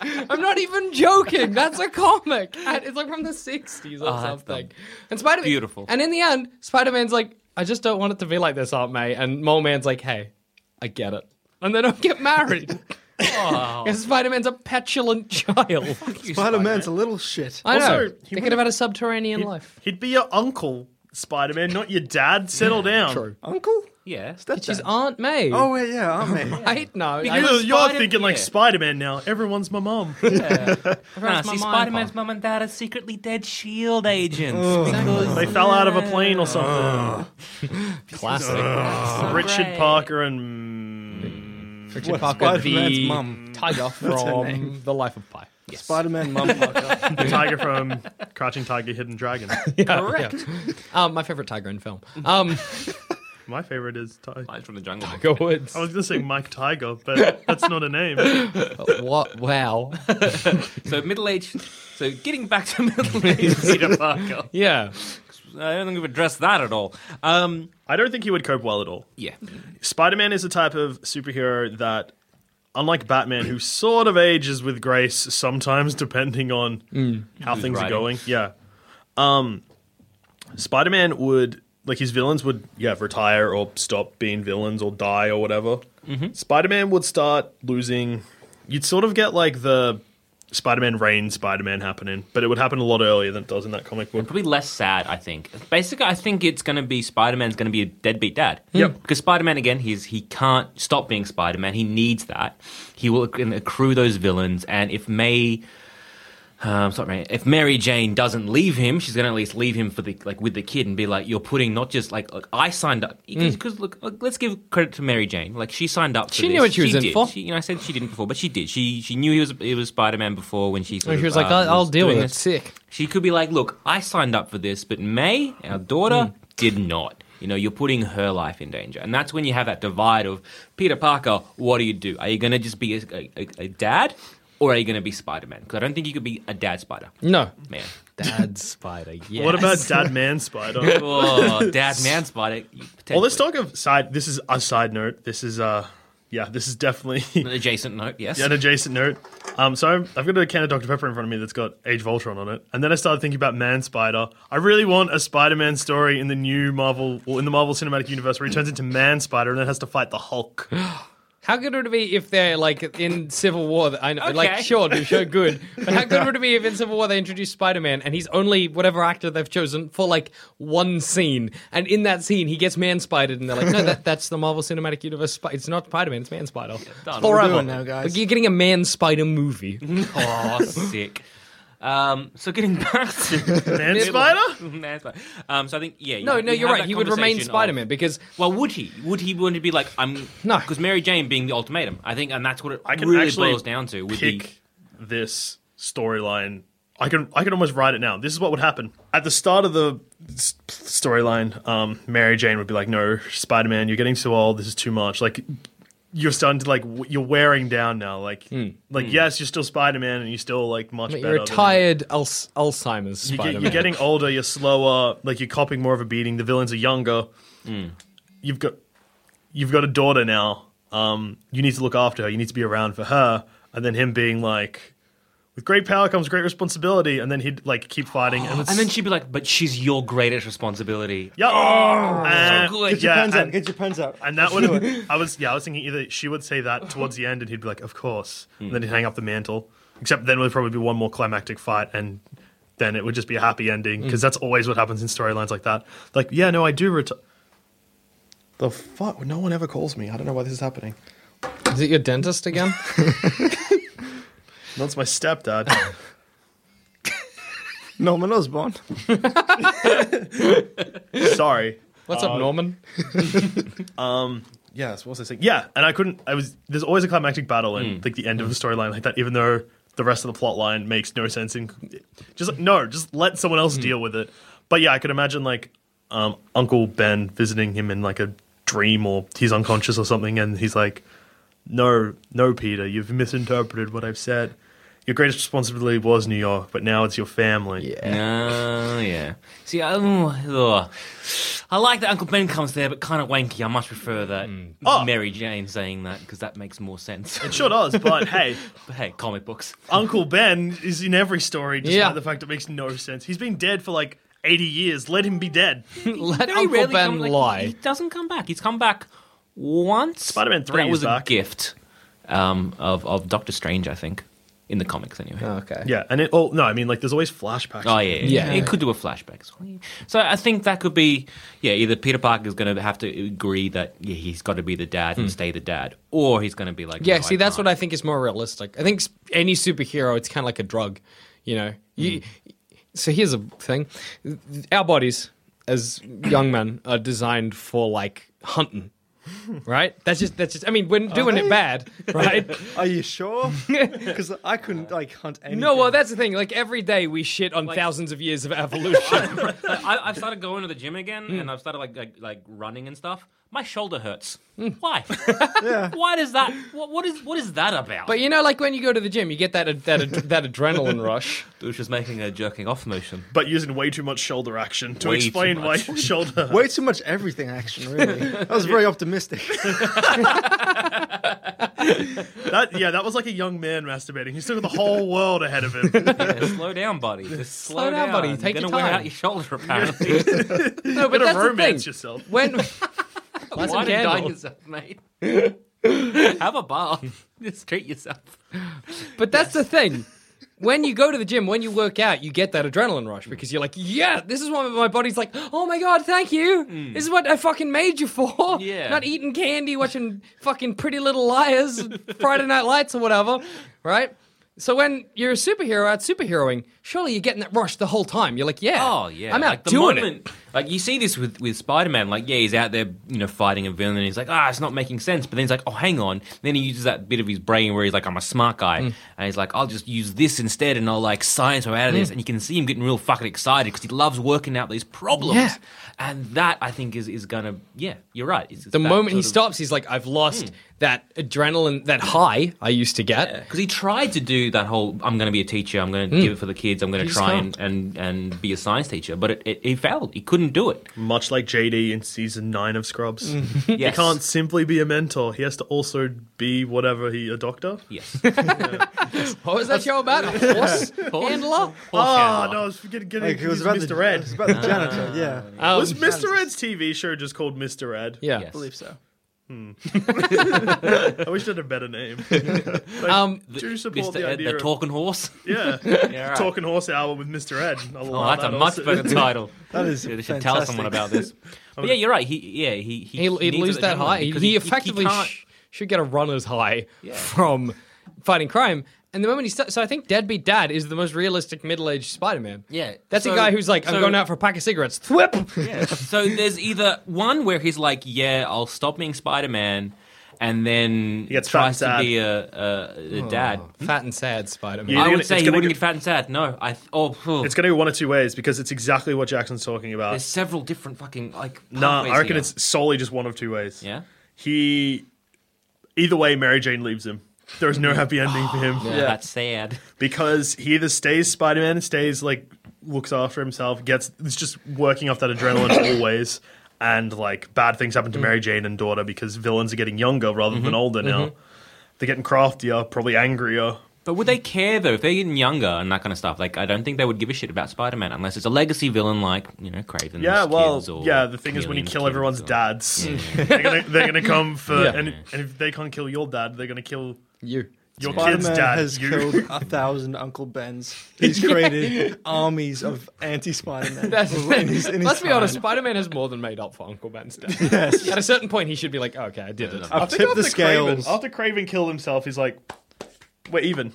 I'm not even joking. That's a comic. And it's like from the 60s or
that's
something. And Spider Man.
beautiful.
And in the end, Spider Man's like, I just don't want it to be like this, Aunt May. And Mole Man's like, hey, I get it. And they don't get married. Because Spider Man's a petulant (laughs) child.
Spider Man's a little shit.
I know.
Also, he
Thinking
would've-
about a subterranean life.
He'd be your uncle, Spider Man, not your dad. Settle down.
Uncle?
Yeah,
That's
She's Aunt May.
Oh wait, yeah, Aunt May.
Right? No. I
You're,
was
you're
Spider-
thinking like
yeah.
Spider Man now. Everyone's my
(laughs)
mom.
Nah,
surprised my
see,
mind
Spider Man's
popped.
mum and dad are secretly dead shield agents. because
they fell out of a plane or something.
Classic.
Oh.
Richard Parker and.
Richard Parker,
Spider-Man's
the
mum.
tiger from The Life of Pi.
Spider Man mum Parker.
mm, the tiger from Crouching Tiger, Hidden
(laughs)
Dragon.
Correct. Um, my favorite tiger in film. Um,
My favorite is. Ti-
(laughs) Lies from the jungle.
go Woods.
I was going to say Mike Tiger, but that's not a
(laughs)
name.
What? Wow.
So middle aged. So getting back to middle aged Peter Parker.
Yeah.
I don't think we've addressed that at all. Um,
I don't think he would cope well at all.
yeah.
Spider Man is a type of superhero that, unlike Batman, who sort of ages with grace (laughs) sometimes, depending on how things
writing.
are going. Yeah. Um, Spider Man would like his villains would yeah retire or stop being villains or die or whatever. Spider Man would start losing. You'd sort of get like the Spider Man reign Spider Man happening, but it would happen a lot earlier than it does in that comic book.
Probably less sad, I think. Basically, I think it's going to be Spider Man's going to be a deadbeat dad.
Hmm.
Yep.
Because Spider Man, again, he's, he can't stop being Spider Man. He needs that. He will acc- accrue those villains. And if May. Um, sorry, May- if Mary Jane doesn't leave him, she's going to at least leave him for the like with the kid and be like, "You're putting not just like, look, I signed up
Hmm.
because look, look, let's give credit to Mary Jane. Like she signed up. For
She
this.
knew what she was in
did.
for.
She, you know, I said she didn't before, but she did. She she knew he was he was Spider Man before when she. Sort
And
of,
she was like,
uh,
I'll, I'll
was
deal with
doing
it.
this.
Sick.
She could be like, look, I signed up for this, but May, our
Hmm.
daughter, did not. You know, you're putting her life in danger. And that's when you have that divide of Peter Parker, what do you do? Are you going to just be a, a, a dad or are you going to be Spider Man? Because I don't think you could be a dad spider.
No.
Man. (laughs)
Dad Spider. Yes.
What about Dad Man Spider?
Oh, dad
(laughs)
man spider. you
well, let's
potentially-
talk of side. This is a side note. This is uh yeah. This is definitely (laughs)
An adjacent note, yes.
Yeah, an adjacent note. Um, so I'm, I've got a can of Dr. Pepper in front of me that's got Age Voltron on it, and then I started thinking about Man Spider. I really want a Spider-Man story in the new Marvel, well, in the Marvel Cinematic Universe, where he turns into Man Spider and then has to fight the Hulk.
How good would it be if they're like in Civil War? that I know, like
Okay.
sure, do
(laughs)
show good, but how good would it be if in Civil War they introduced Spider Man and he's only whatever actor they've chosen for like one scene, and in that scene he gets man spidered, and they're like, no, that, that's the Marvel Cinematic Universe. Spi- It's not Spider Man, it's Man Spider.
Done.
We're
Forever
doing now,
Like,
guys.
you're getting a man spider movie.
(laughs) Oh, sick. Um, so getting back
(laughs)
to
Man
(laughs)
Spider?
Man Spider. Um, so I think, yeah. you-
No, no,
you
you're
have
right.
that
He would remain
conversation of-
Spider Man because
Well, would he? Would he want to be like I'm?
No.
because Mary Jane being the ultimatum, I think, and that's what it
I can
really
actually
boils down to. Would
pick
be
this storyline. I can I can almost write it now. This is what would happen at the start of the s- storyline. Um, Mary Jane would be like, "No, Spider Man, you're getting too old. This is too much. Like, you're starting to like w- you're wearing down now. Like, like yes, you're still Spider Man, and you're still like much
Hmm. you're
better.
a
than-
tired Al- Alzheimer's
you
Spider Man.
are getting older. You're slower. Like you're copying more of a beating. The villains are younger. You've got you've got a daughter now. Um, you need to look after her. You need to be around for her. And then him being like, with great power comes great responsibility. And then he'd like keep fighting. And, it's,
and then she'd be like, "But she's your greatest responsibility."
yeah, oh, and,
good. Get
Get your
yeah,
pens out.
and,
Get your pens out.
and (laughs) that would I was yeah I was thinking either she would say that towards the end, and he'd be like, of course. And then he'd hang up the mantle. Except then would probably be one more climactic fight and. Then it would just be a happy ending because that's always what happens in storylines like that. Like, yeah, no, I do retire. The fuck? No one ever calls me. I don't know why this is happening.
Is it your dentist again?
That's my stepdad. (laughs)
Norman Osborn.
Sorry.
What's
Um, (laughs)
up, Norman?
Yes. What was I saying? Yeah, and I couldn't. I was. There's always a climactic battle in like the end of the storyline like that, even though the rest of the plot line makes no sense. And just like, no, just let someone else deal with it. But yeah, I could imagine like um, Uncle Ben visiting him in like a dream, or he's unconscious or something, and he's like, "No, no, Peter, you've misinterpreted what I've said." Your greatest responsibility was New York, but now it's your family. Yeah.
Oh, yeah. See, I, oh, oh. I like that Uncle Ben comes there, but kind of wanky. I much prefer that
Oh.
Mary Jane saying that because that makes more sense.
It sure does, but hey,
but (laughs) hey, comic books.
Uncle Ben is in every story, despite
Yeah.
the fact it makes no sense. He's been dead for like 80 years. Let him be dead.
Let
Very
Uncle
rarely
Ben
come- like, he-
lie.
He, doesn't come back. He's come back once.
Spider-Man
but
3
That
is
was
back.
a gift um, of of Doctor Strange, I think, in the comics anyway.
okay.
(laughs) Yeah, and it. Oh no, I mean like there's always flashbacks.
Oh yeah, yeah,
Yeah.
It could do a flashback. as well. So I think that could be yeah. Either Peter Parker's going to have to agree that yeah, he's got to be the dad and stay the dad, or he's going to be like
Hmm. Yeah,
no,
see, that's
can't.
what
(laughs)
I think is more realistic. I think s- any superhero, it's kind of like a drug, you know. You, So here's a thing: our bodies as young men are designed for like hunting, right? That's just that's just. I mean, we're doing it bad, right?
Are you sure? Because I couldn't like hunt anything.
no, well, that's the thing. Like every day, we shit on thousands
(laughs)
of years of evolution. Hmm.
I, I've started going to the gym again, and I've started like, like like running and stuff. my shoulder hurts.
Hmm. (laughs)
Why? Why does that? What, what is what is that about?
But you know, like when you go to the gym, you get that that that adrenaline rush.
Dush is making a jerking off motion.
But using way too much shoulder action to
Way too
explain why
much.
(laughs) shoulder.
Way too much everything action, really. That was very optimistic.
That yeah, that was like a young man masturbating. He's still got the whole world ahead of him.
(laughs) Yeah, slow down, buddy. Just slow,
down, buddy. Take
You're
your
gonna wear
time.
out your (laughs) shoulder apparently.
No, but
Gotta
that's
romance
the thing.
yourself.
When
Why
Light some
don't you dye
candles.
yourself, mate? Have a bath. (laughs) Just treat yourself.
But that's
(laughs)
the thing. When you go to the gym, when you work out, you get that adrenaline rush because you're like, yeah, this is what my body's like, oh my god, thank you. This is what I fucking made you for.
Mm. Yeah.
Not eating candy, watching fucking Pretty Little Liars, Friday Night Lights, or whatever, right? So when you're a superhero out superheroing, surely you're getting that rush the whole time. You're like, yeah,
Oh yeah,
I'm out
like, the
doing it.
moment- Like you see this with with Spider Man. Like yeah, he's out there, you know, fighting a villain. and He's like, ah, it's not making sense. But then he's like, oh, hang on. Then he uses that bit of his brain where he's like, I'm a smart guy, and he's like, I'll just use this instead, and I'll like science my way out of this. And you can see him getting real fucking excited because he loves working out these problems.
Yeah.
And that I think is is gonna yeah, you're right. It's, it's that
The moment
sort
he
of- Mm.
stops, he's like, I've lost that adrenaline, that high I used to get.
Because he tried to do that whole "I'm going to be a teacher, I'm
Hmm.
going to give it for the kids, I'm going to
just
try and, and, and be a science teacher," but it, it, he failed. He couldn't do it.
Much like JD in season nine of Scrubs,
Yes.
(laughs) he can't simply be a mentor. He has to also be whatever he a doctor. (laughs)
Yes.
What was that
(laughs)
show about? A horse handler?
Oh, no, I was forgetting getting
Like, it was about
confused with
the,
Mr. Red.
It was about the janitor, yeah.
Um,
was Mr. Ed's TV show just called Mr. Ed?
yeah.
Yes.
believe so.
I wish it had a better name.
Um,
Do support
Mr.
the
Ed,
idea
the
of
talking horse.
yeah,
right.
talking horse hour with Mr. Ed. I'll
Oh,
allow
that's a
that
much
also. (laughs)
better title.
That is
They should tell someone about
(laughs)
this. But yeah, you're right. He, yeah, he he
He'll, he'd
needs
lose
it
that
adrenaline
high. He,
because
he effectively
can't-
sh- should get a runner's high from fighting crime. And the moment he starts, so I think Deadbeat Dad is the most realistic middle-aged Spider-Man.
Yeah,
that's
so-
a guy who's like, I'm
so-
going out for a pack of cigarettes. Thwip.
Yeah. so there's either one where he's like, "Yeah, I'll stop being Spider-Man," and then he
gets fat
tries
and
to be a, a, a dad.
(laughs) Fat and sad Spider-Man.
Yeah.
I
gonna-
would
it's
say he
gonna
wouldn't
get-
get fat and sad. No, I th- oh, phew.
It's going to go one of two ways because it's exactly what Jackson's talking
there's
about.
several different fucking like.
Nah,
pathways
I reckon
here.
it's solely just one of two ways.
yeah.
He, either way, Mary Jane leaves him. There is no happy ending for him
yeah, that's sad.
because he either stays Spider Man and stays like looks after himself, gets is just working off that adrenaline always, and like bad things happen to Mary Jane and daughter because villains are getting younger rather than older now. They're getting craftier, probably angrier.
But would they care though if they're getting younger and that kind of stuff? Like, I don't think they would give a shit about Spider-Man unless it's a legacy villain like you know Craven.
Yeah, well,
kids or
yeah. The thing is, when you
Chameleon's
kill
kids
everyone's
or-
dads, (laughs) they're, gonna, they're gonna
(laughs)
come for,
Yeah.
and, and if they can't kill your dad, they're gonna kill
You.
your kid's
Spider-Man
dad.
has
you. (laughs)
killed a thousand Uncle Bens. He's created armies of anti-Spider-Man.
(laughs) That's-
(laughs) in his- in his
Let's be
time.
honest, Spider-Man has more than made up for Uncle Ben's death. yes. At a certain point, he should be like, okay, I did it.
I've
I think
tipped the
after Craven-
scales.
after Craven killed himself, he's like, "We're even."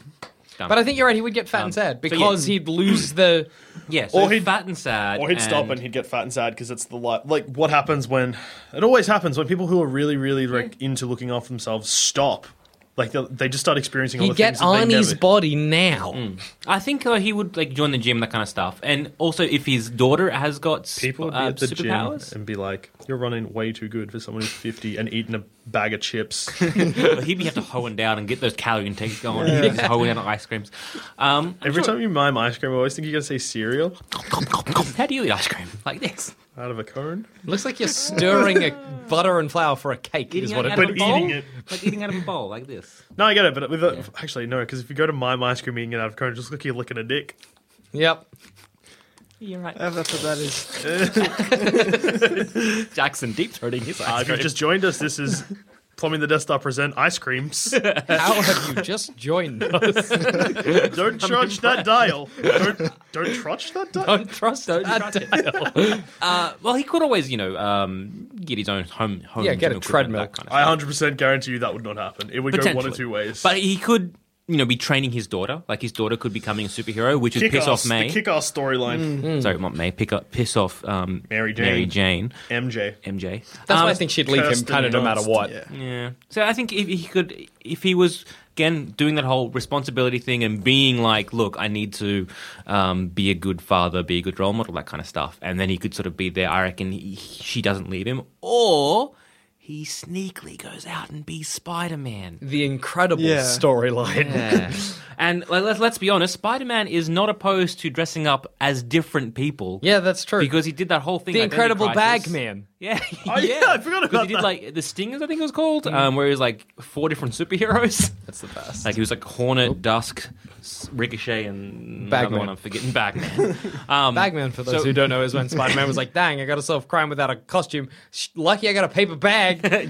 But I think you're right. He would get fat and sad because he'd lose the.
Yeah, so
Or
or
he'd-
he'd fat and sad,
Or he'd stop and he'd get fat and sad because it's the life. Like what happens when it always happens when people who are really, really like into looking after themselves stop. Like they- they just start experiencing all
He'd
the
get
things that they
Arnie's
never.
body now.
I think uh, he would like join the gym, that kind of stuff. And also, if his daughter has got sp-
People would be
uh,
at the gym
superpowers,
and be like, "You're running way too good for someone who's 50 and eating a bag of chips."
but he'd be have to hoeing down and get those calorie intakes going. He'd be just hoeing down on ice creams. Um, I'm
Every
sure-
time you mime ice cream, I always think you're gonna say cereal
how do you eat ice cream (laughs) like this?
out of a cone.
Looks like you're stirring a butter and flour for a cake. Is
Eating
what
out,
it
out of a
But
bowl?
eating it.
like eating out of a bowl like this.
No, I get it, but with a, actually no, because if you go to mime ice cream eating it out of a cone, just look at you licking a dick.
Yep.
You're right.
That's what that is.
Jackson deep throating his
Uh,
ice
if you've
cream.
just joined us, this is Plumbing the Death Star present ice creams.
How have you
(laughs)
just joined us?
Don't trudge that dial. Don't don't trudge that dial.
Don't trust do
well, he could always, you know, um, get his own home. home
Yeah, get a
gym equipment,
treadmill.
that kind of
I 100% guarantee you that would not happen. It would go one of
Potentially.
two ways.
But he could, you know, be training his daughter. Like his daughter could be becoming a superhero, which is
kick
piss
ass,
off May.
the kick ass storyline,
Mm.
Sorry, not May. Pick up, piss off um,
Mary Jane.
Mary Jane.
MJ.
MJ.
That's
Um,
why I think she'd leave him
Kirsten
kind of no matter
Dunst,
what.
yeah.
Yeah. So I think if he could, if he was again doing that whole responsibility thing and being like, look, I need to um, be a good father, be a good role model, that kind of stuff, and then he could sort of be there. I reckon he, she doesn't leave him, or he sneakily goes out and be Spider Man.
The incredible
Yeah.
storyline.
and le- let's, let's be honest, Spider Man is not opposed to dressing up as different people.
(laughs) Yeah, that's true.
Because he did that whole thing.
the
Identity
Incredible
Crisis.
Bag Man.
Yeah, (laughs)
Oh, yeah, I forgot
Because
about
he did
that. Mm.
like the Stingers, I think it was called, um, where he was like four different superheroes. (laughs)
That's the best.
Like he was like Hornet, Dusk, S- Ricochet, and another
Bagman.
one I'm forgetting Bagman. (laughs) Um,
Bagman, for those
so-
who don't know, is when Spider Man was like, dang, I got to solve crime without a costume. Sh- Lucky I got a paper bag.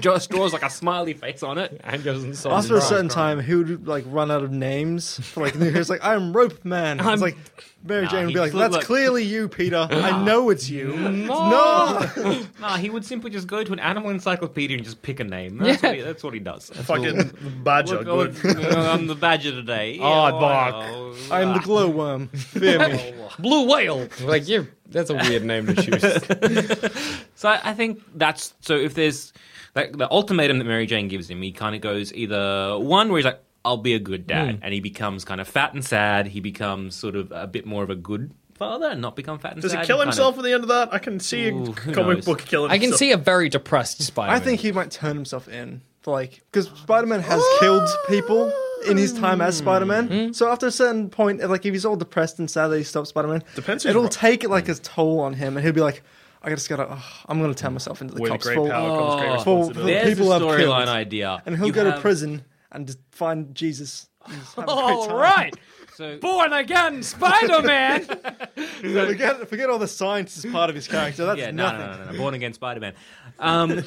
(laughs) Josh draws like a smiley face on it.
and goes and solves
After a
crime.
certain time, he would like run out of names. For, like he was like, "I'm Rope Man." I
I'm-
was like, Mary Jane would
he
be like,
look-
"That's
look.
clearly you, Peter. I know it's you."
No,
(laughs)
(laughs) nah, he would simply just go to an animal encyclopedia and just pick a name. That's, what, he, that's what he does.
Fucking badger.
Look, look,
good.
uh, (laughs) I'm the badger today.
Oh,
Yeah,
bark.
oh,
I'm the glowworm. Fear me.
Blue Whale. Like, you. That's a weird name to choose.
(laughs) So I, I think that's so. If there's like the ultimatum that Mary Jane gives him, he kind of goes either one where he's like, "I'll be a good dad," and he becomes kind of fat and sad. He becomes sort of a bit more of a good father and not become fat and
Does
sad.
he kill
kind of-
himself at the end of that? I can see
Ooh, who
a comic
knows?
book killing
I can
himself.
see a very depressed Spider
(laughs) I
Man.
think he might turn himself in for like because Spider Man has
Oh!
killed people in his time as Spider Man.
Hmm.
So after a certain point, like if he's all depressed and sad that he stopped Spider Man,
Depends who's Hmm.
it'll
wrong.
take like a toll on him, and he'll be like, "I just gotta, oh, I'm gonna turn myself into the
With
cops
great
for,
power comes great
for- for
responsibility.
the
There's
people
a
I've killed,"
storyline idea,
and he'll
You
go to
have-
prison and just find Jesus. and just
(laughs)
have a great
All
time.
right.
So
Born again Spider Man.
(laughs) Forget, forget all the science as part of his character. That's
yeah, no,
nothing.
no, no, no, no, born again Spider Man. Um,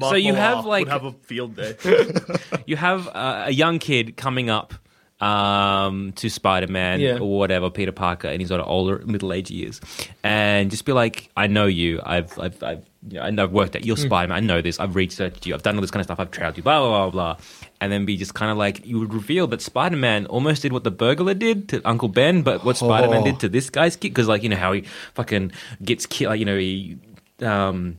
so you have like
would have a field
(laughs)
day. (laughs)
you have uh, a young kid coming up um, to Spider Man
Yeah.
or whatever, Peter Parker, and he's got an older, middle aged years, and just be like, I know you. I've, I've, I've, you know, I know- I've worked at. You're Spider Man. I know this. I've researched you. I've done all this kind of stuff. I've trailed you. Blah blah blah blah. And then be just kind of like you would reveal that Spider Man almost did what the burglar did to Uncle Ben, but what Spider Man did to this guy's kid because like you know how he fucking gets killed. Like, you know he. Um,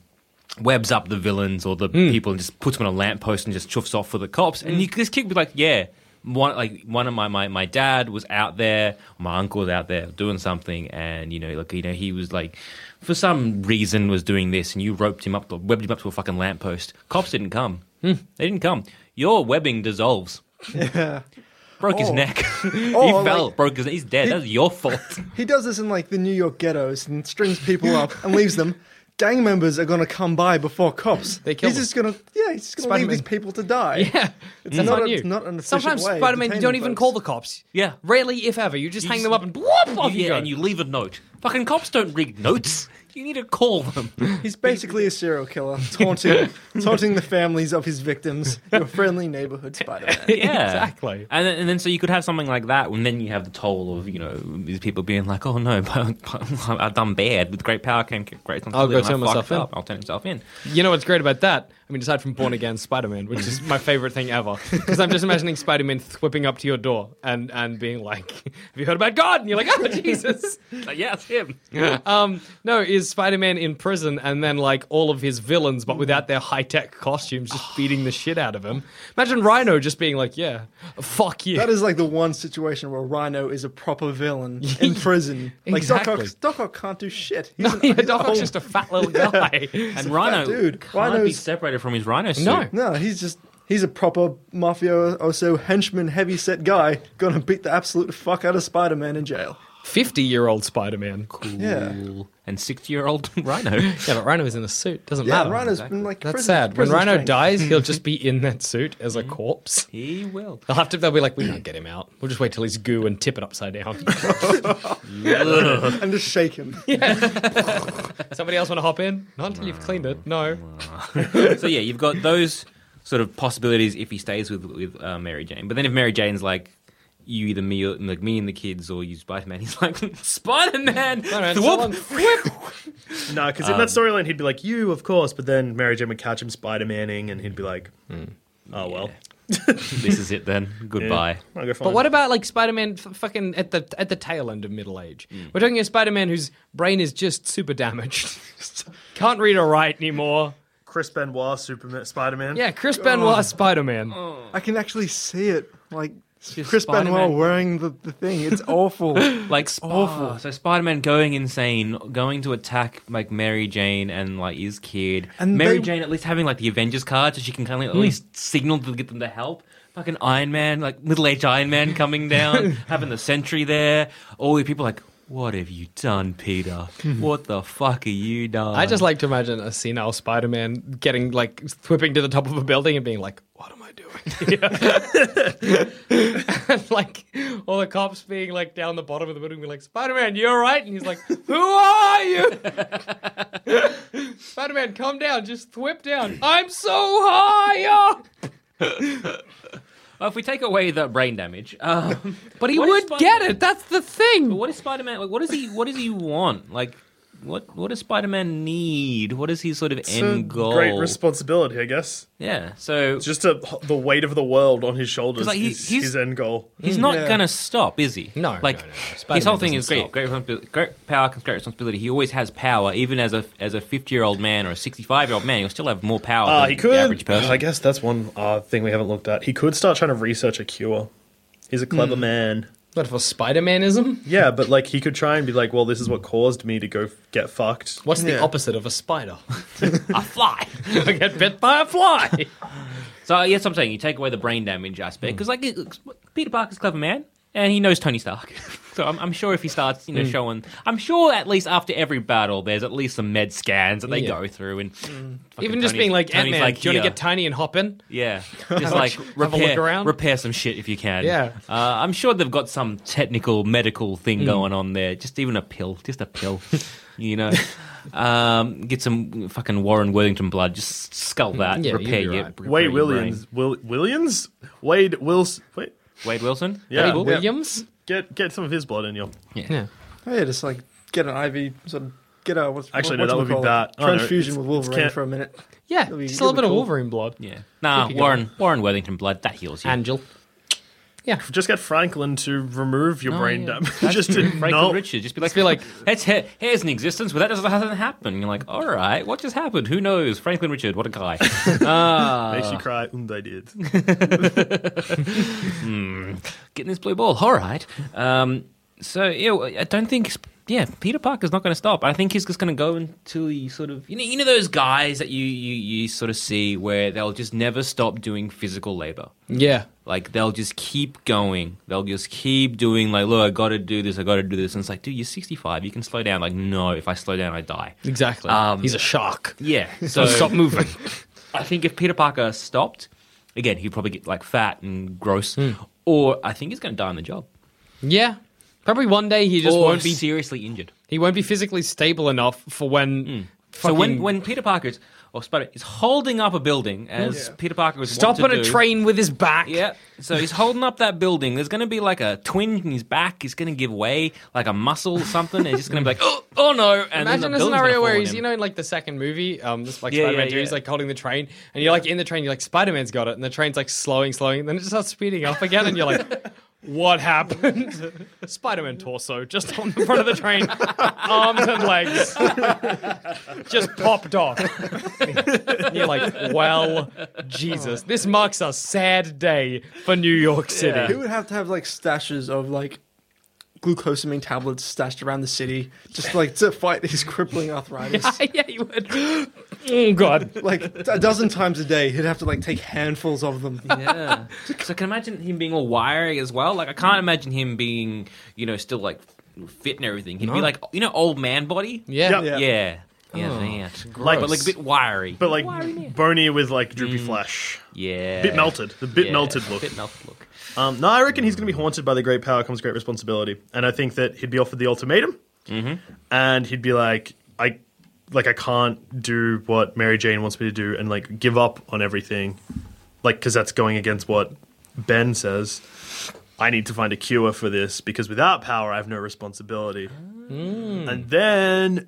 webs up the villains or the people and just puts them on a lamppost and just chuffs off for the cops. And you, this kid would be like, yeah, one, like one of my, my, my dad was out there, my uncle was out there doing something, and you know, like you know, he was like, for some reason, was doing this, and you roped him up, to, webbed him up to a fucking lamppost. Cops didn't come. They didn't come. Your webbing dissolves. Broke his
Or-
neck. (laughs) he
or,
fell.
like-
broke his. He's dead. That's your fault.
He does this in like the New York ghettos and strings people up and leaves
(laughs)
them. Gang members are gonna come by before cops.
They kill
He's
them.
just gonna yeah, he's just gonna leave
Spider-Man.
these people to die.
(laughs) Yeah,
it's
That's
not, a,
on you.
not an efficient
Sometimes
way of
Spider-Man, you
detaining
don't even
folks.
call the cops.
Yeah.
rarely, if ever. You just hang
just-
them up and whoop off you
yeah,
go.
and you leave a note. Fucking cops don't read notes. (laughs) You need to call them.
He's basically a serial killer,
(laughs)
taunting taunting the families of his victims. Your friendly neighborhood
(laughs)
Spider-Man.
(laughs) Yeah,
Exactly.
And then, and then so you could have something like that, and then you have the toll of you know these people being like, "Oh no, (laughs) but, but I've done bad. With great power came great responsibility.
I'll go
and I
turn myself
fucked
in."
Up. I'll turn myself in.
You know what's great about that? I mean, aside from Born Again Spider Man, which is my favorite thing (laughs) ever, because I'm just imagining Spider Man whipping up to your door and, and being like, Have you heard about God? And you're like, Oh, (laughs) Jesus.
(laughs) Like, yeah, it's him.
um, no, is Spider Man in prison and then like all of his villains, but without their high tech costumes, (sighs) just beating the shit out of him. Imagine Rhino just being like, Yeah, fuck you. (laughs)
That is like the one situation where Rhino is a proper villain
(laughs)
in prison. Like Doc
Exactly.
Ock, Doc Ock can't do shit. He's
no,
an-
(laughs) yeah,
he's (laughs)
Doc Ock's
old-
just a fat
(laughs)
little guy.
And Rhino,
dude.
can't be
Rhino's-
separated from his Rhino suit.
No.
No, he's just he's a proper mafioso henchman heavyset guy gonna beat the absolute fuck out of Spider-Man in jail.
50 year old Spider Man. Cool.
Yeah.
And six-year-old (laughs)
(laughs)
Rhino.
Yeah, but Rhino is in a suit. Doesn't
Yeah,
matter.
Rhino's been like
That's
prison-
sad. When
prison
Rhino
strength.
dies, he'll just be in that suit as a corpse.
he will.
They'll have to. They'll be like, we can't get him out. We'll just wait till he's goo and tip it upside (laughs) down.
and just shake
(laughs)
him.
Somebody else want to hop in? Not until you've cleaned it. No.
(laughs) so yeah, you've got those sort of possibilities if he stays with with uh, Mary Jane. But then if Mary Jane's like. You either me, or- like me and the kids, or you Spider Man. (laughs) He's like Spider Man.
Spider-Man, so
Nah, because
Um,
in that storyline, he'd be like, "You, of course," but then Mary Jane would catch him Spider Manning, and he'd be like,
Mm.
"Oh well,
This is it (laughs) then. Goodbye.
I'll go find
But what about like Spider-Man? F- fucking at the at the tail end of middle age. We're talking about Spider-Man whose brain is just super damaged. (laughs) can't read or write anymore.
Chris Benoit, Superman, Spider Man."
Yeah, Chris Benoit Spider-Man.
I can actually see it. Like Chris Benoit wearing the, the thing.
(laughs)
It's awful.
like awful. so Spider-Man going insane, going to attack like Mary Jane and like his kid.
And
And Mary
they-
Jane at least having like the Avengers card, so she can kind
Hmm.
of at least signal to get them to help. Fucking Iron Man, like middle-aged Iron Man coming down,
(laughs)
having the Sentry there. All the people like, what have you done,
(laughs)
Peter? what the fuck are you done?
I just like to imagine a senile Spider-Man getting like whipping to the top of a building and being like, "What am I doing?" here?" (laughs) and like all the cops being like down the bottom of the building, being like, "Spider-Man, you all right?" And he's like, "Who are you?" (laughs) Spider-Man, come down, just whip down. I'm so high. oh!"
Well, if we take away the brain damage, um,
But he
What
would
is Spider-
get it. That's the thing.
what is Spider-Man? Like, what does he? What does he want? Like. What what does Spider-Man need? What is his sort of
It's a
end goal?
great responsibility, I guess.
yeah, so
Just a, the weight of the world on his shoulders
'Cause, like, he-
is
he's-
his end goal.
He's not
Yeah.
going to stop, is he?
No,
Like
no, no, no.
his
Spider-Man
whole thing is
doesn't
great. Great, responsibility- great power comes great responsibility. He always has power, even as a as a fifty year old man or a sixty five year old man. He'll still have more power
Uh,
than
he
the
could.
average person.
I guess that's one uh, thing we haven't looked at. He could start trying to research a cure. He's a
Hmm.
clever man.
But for Spider-Manism,
Yeah, but like he could try and be like, well, this is what caused me to go f- get fucked.
what's the
Yeah.
opposite of a spider? (laughs)
a fly.
I get bit by
(laughs)
a fly.
so yes, I'm saying you take away the brain damage aspect
Hmm.
because like it, Peter Parker's a clever man and he knows Tony Stark. (laughs) so I'm, I'm sure if he starts, you
Hmm.
know, showing, I'm sure at least after every battle, there's at least some med scans that they
Yeah. Hmm.
go through and fucking
Even
Tony's-
just being like,
Tony's
Ant-Man, do you want
"Here."
to get tiny and hop in?
(laughs)
(laughs)
Yeah, just like
a
repair,
look around.
repair some shit if you can.
Yeah. Hmm.
uh, I'm sure they've got some technical medical thing going on there. Just even a pill, just a pill, (laughs) you know. Um, get some fucking Warren Worthington blood, just skull that,
Hmm. Yeah, you'd
repair
be
your
right.
repair
Wade
your
Williams. Will, Williams? Wade Wills. Wait.
brain. Wade Wilson.
Yeah.
Eddie Williams?
Get get some of his blood in you.
yeah, just like get an IV, sort of get a what's
Actually,
what,
no, that would be bad. Oh, no,
Transfusion
it's-
with
it's
Wolverine
can't-
for a minute.
Yeah,
That'd be-
just a little
that'd be
bit of
cool.
Wolverine blood.
yeah. Nah,
Keep it
Warren Warren Worthington blood that heals you.
Angel.
Just get Franklin to remove your brain damage.
That's
um, (laughs) Just
true.
to
Franklin
no.
Richards, just be like,
Just be like-
that's he- here's an existence, but that doesn't, doesn't happen. You're like, all right, what just happened? Who knows? Franklin Richard, what a guy.
Makes
Ah.
you cry. And I
(laughs)
did.
Hmm. getting this blue ball. All right. Um, so yeah, well, I don't think. Yeah, Peter Parker's not going to stop. I think he's just going to go until he sort of you know you know those guys that you you you sort of see where they'll just never stop doing physical labor.
Yeah.
Like they'll just keep going. They'll just keep doing like, look, I got to do this. I got to do this. And it's like, dude, you're 65. You can slow down. Like, no, if I slow down, I die.
Exactly.
Um,
He's a shark. (laughs)
Yeah. So
Stop moving.
I think if Peter Parker stopped, again, he'd probably get like fat and gross,
Hmm.
or I think he's going to die on the job.
yeah. Probably one day he just
or
won't be
seriously injured.
he won't be physically stable enough for when
Hmm. So when,
fucking-
when Peter Parker is, or Spider is holding up a building as Peter Parker was wont
stopping
to
a
do-
train with his back.
Yeah, so he's holding up that building. There's going to be like a twinge in his back. He's going to give way, like a muscle or something. And he's just going to be like, oh, oh no! And then
Imagine
the
a
building's
scenario
gonna
where
fall on
he's,
him.
you know, in like the second movie, um, this like
Yeah, yeah,
Spider-Man 2, he's
yeah.
like holding the train, and you're like in the train, you're like, Spider-Man's got it, and the train's like slowing, slowing, and then it just starts speeding up again, and
(laughs)
you're like, what happened? (laughs) Spider-Man torso just on the front of the train, (laughs) arms and legs, (laughs) just popped off. And you're like, well, Jesus, this marks a sad day for New York City.
Who would have to have like stashes of like glucosamine tablets stashed around the city just like to fight his (laughs) crippling arthritis?
(laughs) (laughs) yeah, you would. (gasps) oh, God.
Like a dozen times a day, he'd have to like take handfuls of
(laughs)
them.
yeah. So I can imagine him being all wiry as well. Like I can't imagine him being, you know, still like fit and everything. He'd be like, you know, old man body.
Yeah.
Yeah.
Yeah.
Yeah. Yeah, man.
Like-
but like a bit wiry.
But like bony with like droopy
Mm.
flesh.
yeah.
Bit melted. The bit
Yeah.
melted look.
Bit melted look.
Um, no, I reckon he's going to be haunted by the great power comes great responsibility, and I think that he'd be offered the ultimatum,
Mm-hmm.
and he'd be like, I, like I can't do what Mary Jane wants me to do, and like give up on everything, like because that's going against what Ben says. I need to find a cure for this because without power, I have no responsibility.
Mm.
And then,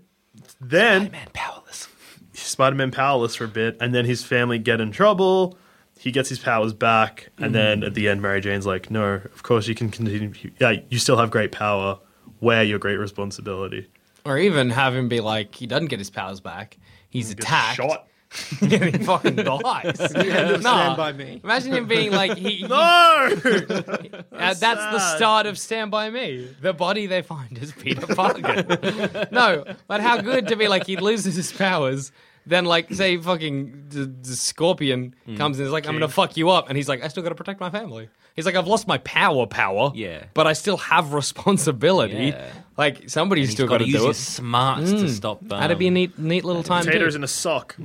then
Man, powerless.
Spider-Man powerless for a bit, and then his family get in trouble. He gets his powers back,
Mm-hmm.
and then at the end, Mary Jane's like, "No, of course you can continue. Yeah, you still have great power. Wear your great responsibility."
Or even have him be like, he doesn't get his powers back. He's
gets
attacked.
shot.
(laughs) yeah, he fucking dies. Nah.
Stand by me.
Imagine him being like, he, he- (laughs)
No!
Uh, that's the
sad.
start of Stand By Me. The body they find is Peter Parker. no, but how good to be like he loses his powers. Then, like, say, fucking the, the scorpion comes and is like, I'm gonna fuck you up. And he's like, I still gotta protect my family. He's like, I've lost my power, power.
Yeah.
But I still have responsibility.
Yeah.
Like, somebody's
He's
still
got to
gotta
use
do it.
his smarts to stop um,
That'd Hmm. be a neat, neat little time.
Potatoes
Too.
in a
(laughs)
sock.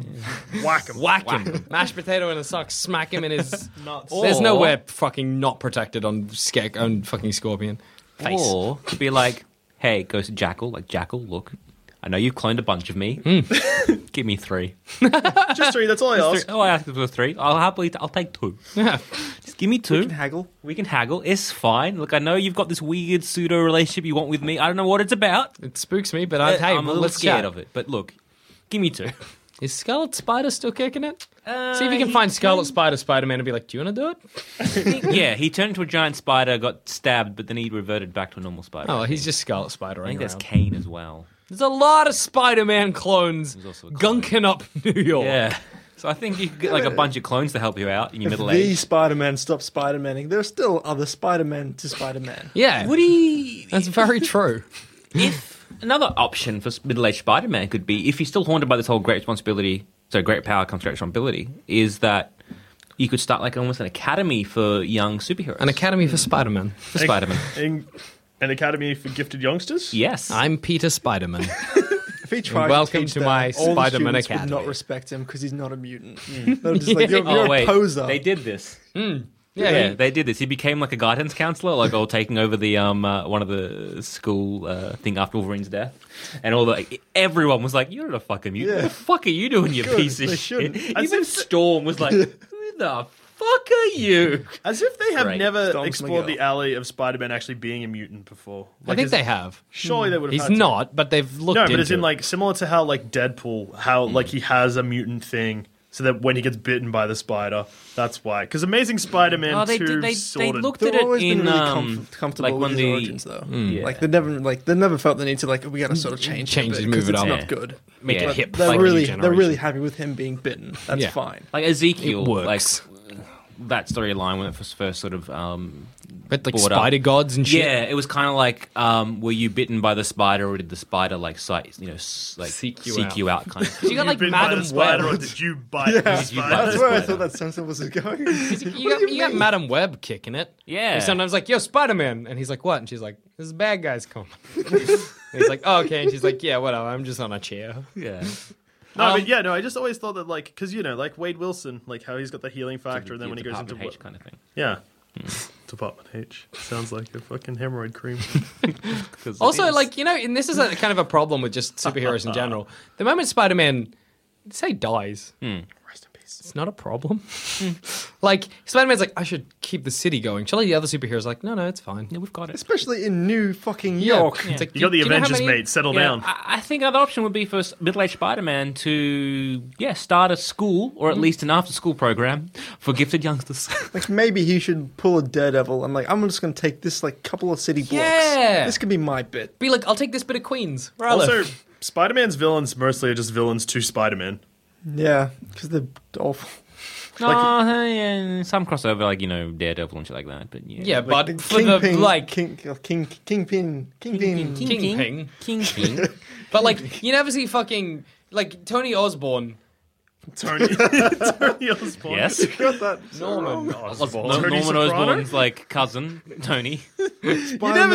Whack 'em.
Whack him. Mashed potato in a sock, smack him
(laughs)
in his
Nuts.
There's
Or-
nowhere fucking not protected on, sca- on fucking scorpion. Face.
(laughs)
(laughs)
Or to be like, hey, goes to Jackal, like, Jackal, look, I know you've cloned a bunch of me.
Hmm.
(laughs) Give me three.
Just three, that's all I
Three-
ask.
Oh, I asked for three. I'll happily, t- I'll take two.
Yeah.
Just give me two. We
Fucking Haggle.
we can haggle. It's fine. Look, I know you've got this weird pseudo relationship you want with me. I don't know what it's about.
It spooks me, but I,
I'm a
hey, well,
little
let's
scared
chat.
of it. But look, give me two.
Is Scarlet Spider still kicking it?
Uh,
(laughs) See if you can
he
find Scarlet Spider, Spider Man, and be like, "Do you want to do
(laughs)
it?"
yeah, Uh, he turned into a giant spider, got stabbed, but then he reverted back to a normal spider.
Oh,
I
he's
think.
just Scarlet Spider.
I think that's
around.
Kane as well.
There's a lot of Spider Man clones
also a clone.
gunking up (laughs) New York.
Yeah. (laughs) So I think you could get like a bunch of clones to help you out in your
If
middle
the
age.
(laughs)
Spider Man stopped Spider Maning, there's still other Spider Man to Spider
(laughs)
Man.
yeah.
Would he? (laughs)
That's very true.
If another option for middle-aged Spider-Man could be, if he's still haunted by this whole great responsibility, so great power comes great responsibility, is that you could start like almost an academy for young superheroes.
An academy for Spider Man.
for Spider-Man.
In an academy for gifted youngsters?
Yes.
I'm Peter
(laughs)
Spider Man.
If he tried
welcome
to, teach
to
that,
my
all the
Spider-Man
students would
Academy.
not respect him because he's not a mutant. They're just
(laughs)
like, you're,
oh
you're
wait,
a poser.
they did this.
Yeah,
Yeah,
he-
they did this. He became like a guidance counselor, like all taking over the um uh, one of the school uh, thing after Wolverine's death, and all the like, everyone was like, "You're not a fucking mutant.
Yeah.
What the fuck are you doing, you
Good,
piece of
they
shit?"
shouldn't.
Even Storm was like, "Who the fuck are you?"
As if they have
Right.
never
Stomps my
explored
girl.
the alley of Spider Man actually being a mutant before.
I think
is-
they have.
Surely they would have.
He's
had to.
not, but they've looked.
No,
into
but it's in
it.
like similar to how like Deadpool, how
Hmm.
like he has a mutant thing, so that when he gets bitten by the spider, that's why. Because Amazing Spider-Man
Oh, they
two
did- they- they
sorted.
looked-
They've
did it
always
in,
been really
um,
comf- comfortable
like,
with
when
his
the- Hmm.
origins, though.
yeah.
Like they never, like they never felt the need to like we gotta sort of change, it a
Change it,
bit,
move
'cause
it
it's
up.
Not
Yeah.
good.
Make
Yeah.
it hip.
They're
like a
really,
new
they're really
generation.
happy with him being bitten. That's
Yeah.
fine.
like Ezekiel.
It works.
Like that storyline when it was first sort of um
but like
brought up.
spider gods and shit.
Yeah, it was kind of like, um, were you bitten by the spider, or did the spider like sight, you know, s- like
Seek you out. (laughs)
kind of?
You got like
bitten by
Madam
the spider,
Web.
or did you bite the
(laughs)
Did you bite
spider?
That's
That's
where I
fine.
thought that sentence was going.
(laughs)
(laughs)
You got, you got Madam Web kicking it.
Yeah.
He's sometimes like, yo, Spider Man. And he's like, what? And she's like, this is bad guy's come. (laughs) and he's like, oh, okay. And she's like, yeah, whatever. I'm just on a chair.
yeah.
No,
Um,
but yeah, no. I just always thought that like because you know like Wade Wilson, like how he's got the healing factor, and then when he goes into
H kind of thing. Hmm.
yeah. (laughs) Department H sounds like a fucking hemorrhoid
(laughs)
cream.
'Cause it
Also,
is.
like, you know, and this is a kind of a problem with just superheroes in general. The moment Spider Man, say, dies,
Rest in peace.
it's not a problem. (laughs) like, Spider Man's like, I should keep the city going. Surely the other superheroes are like, no, no, it's fine.
yeah, we've got it.
Especially in New fucking York.
It's like,
You got
do
the
know how
Avengers,
many-
mate. Settle
Yeah,
down.
I, I think another option would be for s- middle-aged Spider-Man to yeah start a school
Mm-hmm.
or at least an after-school program for gifted youngsters. (laughs)
Like maybe he should pull a Daredevil and like I'm just gonna take this like couple of city blocks.
Yeah.
This could be my bit.
Be like, I'll take this bit of Queens. Where I
Also,
live.
Spider-Man's villains mostly are just villains to
(laughs)
Spider-Man.
Yeah, because they're awful.
no, uh, yeah, some crossover like you know Daredevil and shit like that. But yeah,
yeah, but
Like,
for the, like,
King, uh, King, Kingpin, Kingpin.
King-
Kingpin.
(laughs) King (laughs) King.
(laughs)
But like, you never see fucking like Tony Osborne,
Tony, (laughs) Tony Osborn.
yes.
Got that.
Norman.
Osborn.
No,
Tony
Norman
Soprano?
Osborn's like cousin (laughs) Tony.
You never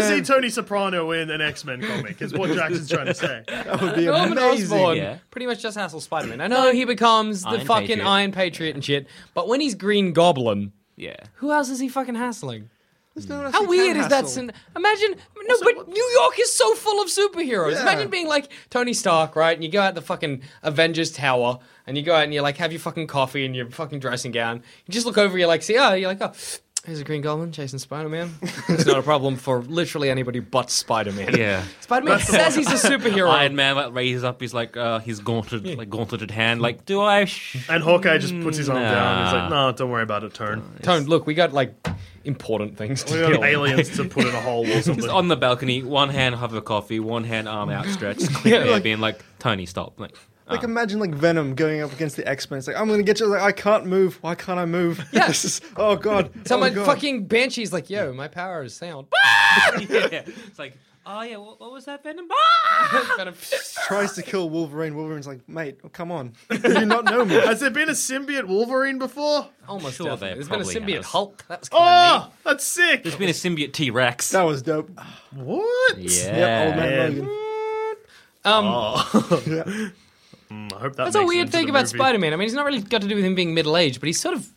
see
Spider-Man.
Tony Soprano in an X Men comic, is what Jackson's trying to say.
That would be
Norman
amazing.
Osborn
Yeah.
pretty much just hassles Spider Man. I know he becomes the
Iron
fucking
Patriot.
Iron Patriot and shit, but when he's Green Goblin,
Yeah.
who else is he fucking hassling?
There's no one else
How
who
weird
can
is that?
hassle.
Sin- Imagine no, but New York is so full of superheroes.
Yeah.
Imagine being like Tony Stark, right? And you go out the fucking Avengers Tower, and you go out and you like have your fucking coffee and your fucking dressing gown. You just look over, you like see, oh, you're like, oh, here's a Green Goblin chasing Spider
(laughs)
Man. it's not a problem for literally anybody but Spider Man.
Yeah.
Spider Man says he's a
(laughs)
superhero.
Iron Man like raises up his like uh, his gaunted like gaunteted hand like do I sh-
And Hawkeye just puts his arm down. He's
Nah.
like, no, don't worry about it, turn.
Tone, look, we got like important things to
We
kill.
got aliens to put in a hole or something.
He's on the (laughs) balcony one hand hover coffee one hand arm outstretched clear air, being like Tony stop like
Like imagine like Venom going up against the X Men. It's like I'm gonna get you. Like I can't move. Why can't I move? (laughs) (laughs)
Yeah.
This is, oh god.
(laughs) Someone
oh, God.
fucking Banshee's like, yo, my power is
(laughs)
sound.
(laughs) yeah. It's like, oh yeah, what, what was that Venom? (laughs) Ah!
Kind of- (laughs)
tries to kill Wolverine. Wolverine's like, mate, oh, come on. Do you not
(laughs)
know me?
Has there been a symbiote Wolverine before?
Almost
Sure,
definitely.
they
There's been a
probably
symbiote
has.
Hulk. That was kind
Oh, that's sick.
There's been a symbiote T Rex.
That was dope.
What?
Yeah.
Yep, old man
Man.
Logan.
of Um,
Mm, I hope that
That's
makes
a
it
weird
into
thing
the
about
movie.
Spider Man. I mean, it's not really got to do with him being middle aged, but he's sort of,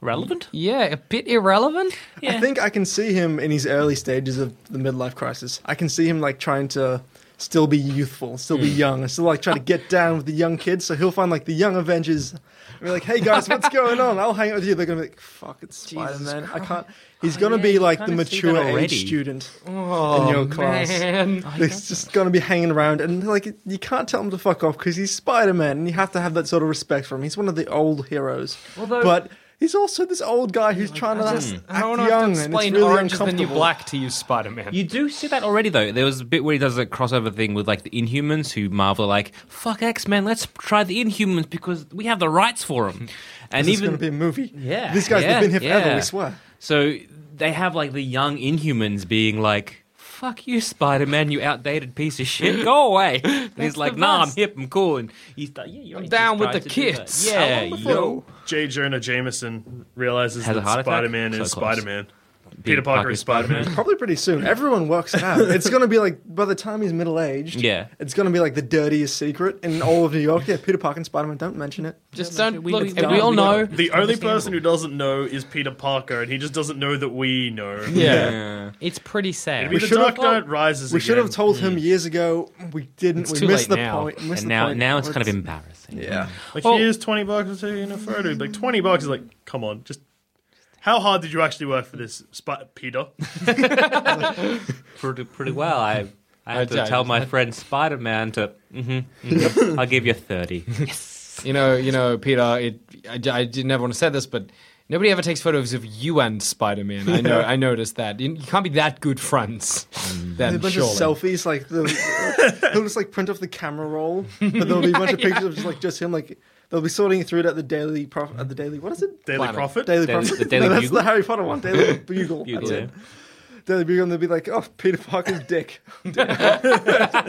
Relevant?
yeah, a bit irrelevant.
I think I can see him in his early stages of the midlife crisis. I can see him like trying to still be youthful, still be young, and still like try to get down with the young kids. So he'll find like the young Avengers and be like, "Hey
(laughs)
guys, what's going on? I'll hang out with you." They're gonna be like, "Fuck, it's Spider Man. I can't." He's gonna
Oh, yeah,
be
you
like the
kinda see
mature
that
age
already.
student
Oh,
in your class.
man.
He's just gonna be hanging around, and like you can't tell him to fuck off because he's Spider Man, and you have to have that sort of respect for him. He's one of the old heroes, but he's also this old guy who's trying to act
I don't
young,
have to
and it's
explain
really
Orange is the New
uncomfortable.
Black to you, Spider Man.
You do see that already, though. There was a bit where he does a crossover thing with like the Inhumans, who Marvel are like, "Fuck X Men, let's try the Inhumans because we have the rights for them." And
This is
even
gonna be a movie.
Yeah,
these guys
yeah,
have been here forever.
yeah.
We swear.
so, they have like the young Inhumans being like, "Fuck you, Spider Man, you outdated piece of shit,
(laughs)
go away." And he's like,
the
"Nah, I'm
best.
hip, I'm cool," and he's like, "Yeah, you're
I'm
just
down with
trying
the
to do that."
kids.
Yeah,
I want the
yo,
J. Jonah Jameson realizes
Has a heart
that
attack?
Spider Man
So
is
close.
Spider Man. Peter Parker is Spider Man.
Probably pretty soon. Everyone works it out. It's gonna be like by the time he's middle aged.
Yeah.
it's gonna be like the dirtiest secret in all of New York. Yeah, Peter Parker and Spider Man. Don't mention it.
Just don't
We-
look.
we-
We, all
we-
know.
The only person who doesn't know is Peter Parker, and he just doesn't know that we know.
Yeah.
Yeah.
It's pretty sad.
It'd be the
should've-
Dark Knight Rises.
We should have
again.
told him years ago. We didn't.
It's
we
too
missed
late
the
now.
point. Missed
And
the
now,
point.
now it's kind of
It's-
embarrassing.
Yeah.
Like,
Oh.
here's 20 bucks, I'll take you in a photo. Like, 20 bucks is like, come on, just. How hard did you actually work for this, Sp- Peter?
pretty pretty well. I I had
I-
to
I-
tell
(laughs)
my friend Spider Man to. hmm I'll give you thirty.
You know, you know, Peter. It, I, I didn't ever want to say this, but nobody ever takes photos of you and Spider Man. I know. I noticed that. You, you can't be that good friends.
A
Then
bunch
surely.
of selfies, like the, he'll just like print off the camera roll, but there'll be a bunch of pictures of just like just him. Like they'll be sorting it through it at the daily prof- at the daily. What is it?
Daily
Planet.
Prophet?
Daily,
Daily-
Prophet.
the Daily
no, that's
Bugle?
the Harry Potter one. Daily Bugle.
Bugle,
that's it. Daily Bugle, and they'll be like, "Oh, Peter Parker's dick."
Ooh, that's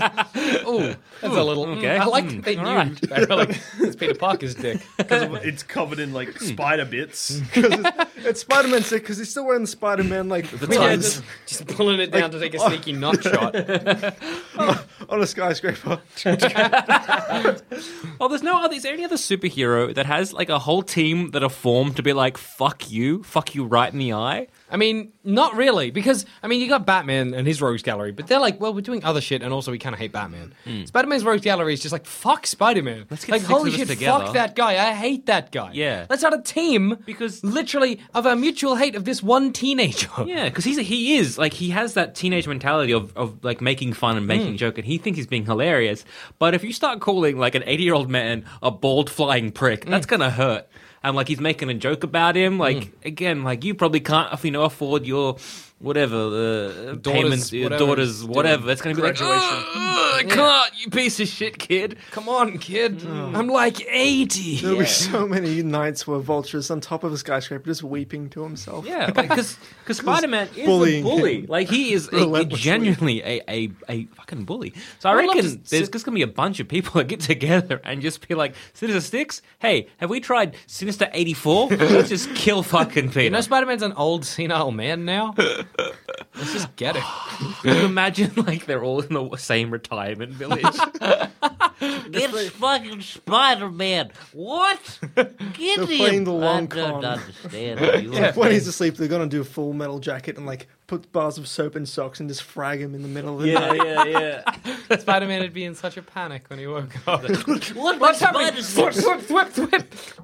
a little.
okay.
Mm. I like that they knew.
Mm, all right.
They were (laughs) like, it's Peter Parker's dick.
'Cause of- it's covered in, like, spider bits.
it's Spider Man's dick because he's still wearing the Spider Man like
Yeah,
tights
just, just pulling it down to take a sneaky nut shot.
on a skyscraper.
oh, there's no other. Is there any other superhero that has like a whole team that are formed to be like fuck you, fuck you right in the eye?
I mean, not really, because I mean, you got Batman and his Rogues Gallery, but they're like, well, we're doing other shit, and also we kind of hate Batman. Spider Man's Rogues Gallery is just like, fuck Spider Man.
Hmm. Let's get
Like,
six of
holy
us
shit,
together.
fuck that guy. I hate that guy.
Yeah.
Let's add a team
Because-
literally of our mutual hate of this one teenager.
Yeah, because he's he is like he has that teenage mentality of, of like making fun and making
Mm.
joke, and he thinks he's being hilarious. But if you start calling like an eighty year old man a bald flying prick, that's
Mm.
gonna hurt. And like he's making a joke about him, like again, like you probably can't you know afford your whatever the
Daughter's
payments, your
whatever
daughter's
doing
whatever. That's gonna be like,
Graduation.
"Ugh, I can't you piece of shit kid. Mm.
Come on, kid. I'm like 80.
There'll be so many nights where vultures on top of a skyscraper just weeping to himself.
Yeah, because Spider Man is a
bullying
bully.
him
Like he is a, a
relentlessly.
genuinely a, a, a fucking bully. So I,
I would love
reckon
to
there's
sit-
just gonna be a bunch of people (laughs) that get together and just be like, Sinister Six, hey, have we tried Sinister eighty (laughs) four? Let's just kill fucking Peter.
You know, Spider Man's an old senile man now. Let's just get it.
Can you imagine like they're all in the same retirement (laughs) village. it's fucking Spider Man. What?
(laughs)
Get
They're playing the long con.
understand. You
When he's asleep, they're gonna do a full metal jacket and like put bars of soap and socks and just frag him in the middle of the night.
yeah, yeah.
Spider Man would be in such a panic when he woke
(laughs)
up.
What
What's happening? Thwip, thwip, thwip, thwip.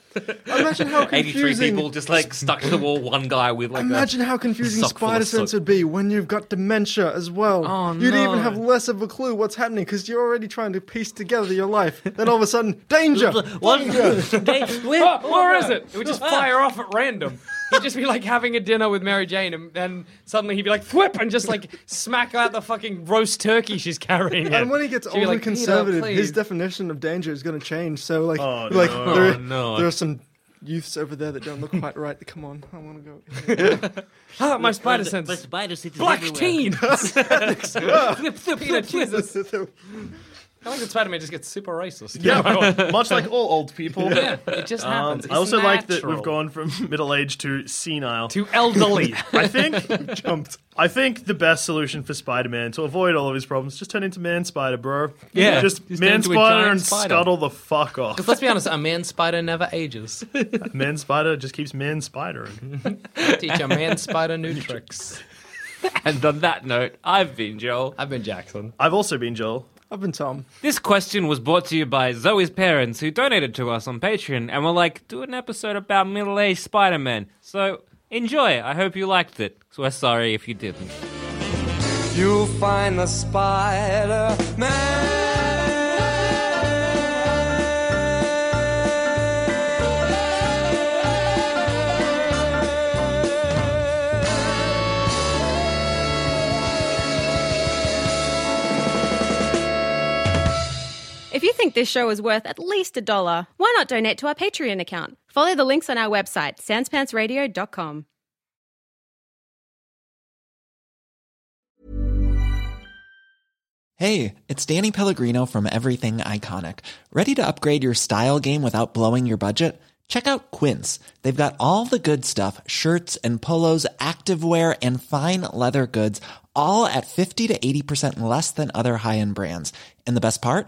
Imagine
(laughs)
how
83
(laughs) confusing.
people just like stuck to the wall, one guy with like
Imagine
a
how confusing
sock full of
spider sense
soot.
would be when you've got dementia as well.
Oh,
You'd
no.
even have less of a clue what's happening because you're already trying to piece together your life. (laughs) Then all of a sudden,
(laughs)
danger!
What? Where-
Ah, where is it? It would just fire off at random. He'd just be like having a dinner with Mary Jane, and, and suddenly he'd be like, "Whip!" and just like smack out the fucking roast turkey she's carrying. in.
And when he gets
She'd be
old
like,
and
"Peter,
conservative, his
please."
definition of danger is going to change. So, like,
Oh,
like
no.
there,
Oh, no.
there are some youths over there that don't look quite right. Come on, I want to go.
ah, my spider sense.
spider sense is
Black
(laughs)
everywhere.
teens.
Flip, flip,
Peter,
flip, flip.
Jesus. I like that Spider-Man just gets super racist.
Yeah, much like all old people.
yeah, it just
Um,
happens.
I also like that we've
gone
gone from (laughs) middle age to senile.
to
(laughs)
elderly.
I think (laughs) jumped. I think the best solution for Spider-Man to avoid all of his problems just turn into Man Spider, bro.
Yeah,
just,
just turn
Man
into a
Spider
giant
and
spider.
scuttle the fuck off.
Let's be honest, a man spider never ages.
Man Spider just keeps Man Spidering.
Teach a man spider new
(laughs)
tricks.
And on that note, I've been Joel.
I've been Jackson.
I've also been Joel.
I've been Tom.
This question was brought to you by Zoe's parents, who donated to us on Patreon, and were like, do an episode about middle aged Spider Man. So enjoy. I hope you liked it. So we're sorry if you didn't.
You'll find the Spider Man.
If you think this show is worth at least a dollar, why not donate to our Patreon account? Follow the links on our website, sanspantsradio.com.
Hey, it's Danny Pellegrino from Everything Iconic. Ready to upgrade your style game without blowing your budget? Check out Quince. They've got all the good stuff shirts and polos, activewear, and fine leather goods, all at 50 to 80% less than other high end brands. And the best part?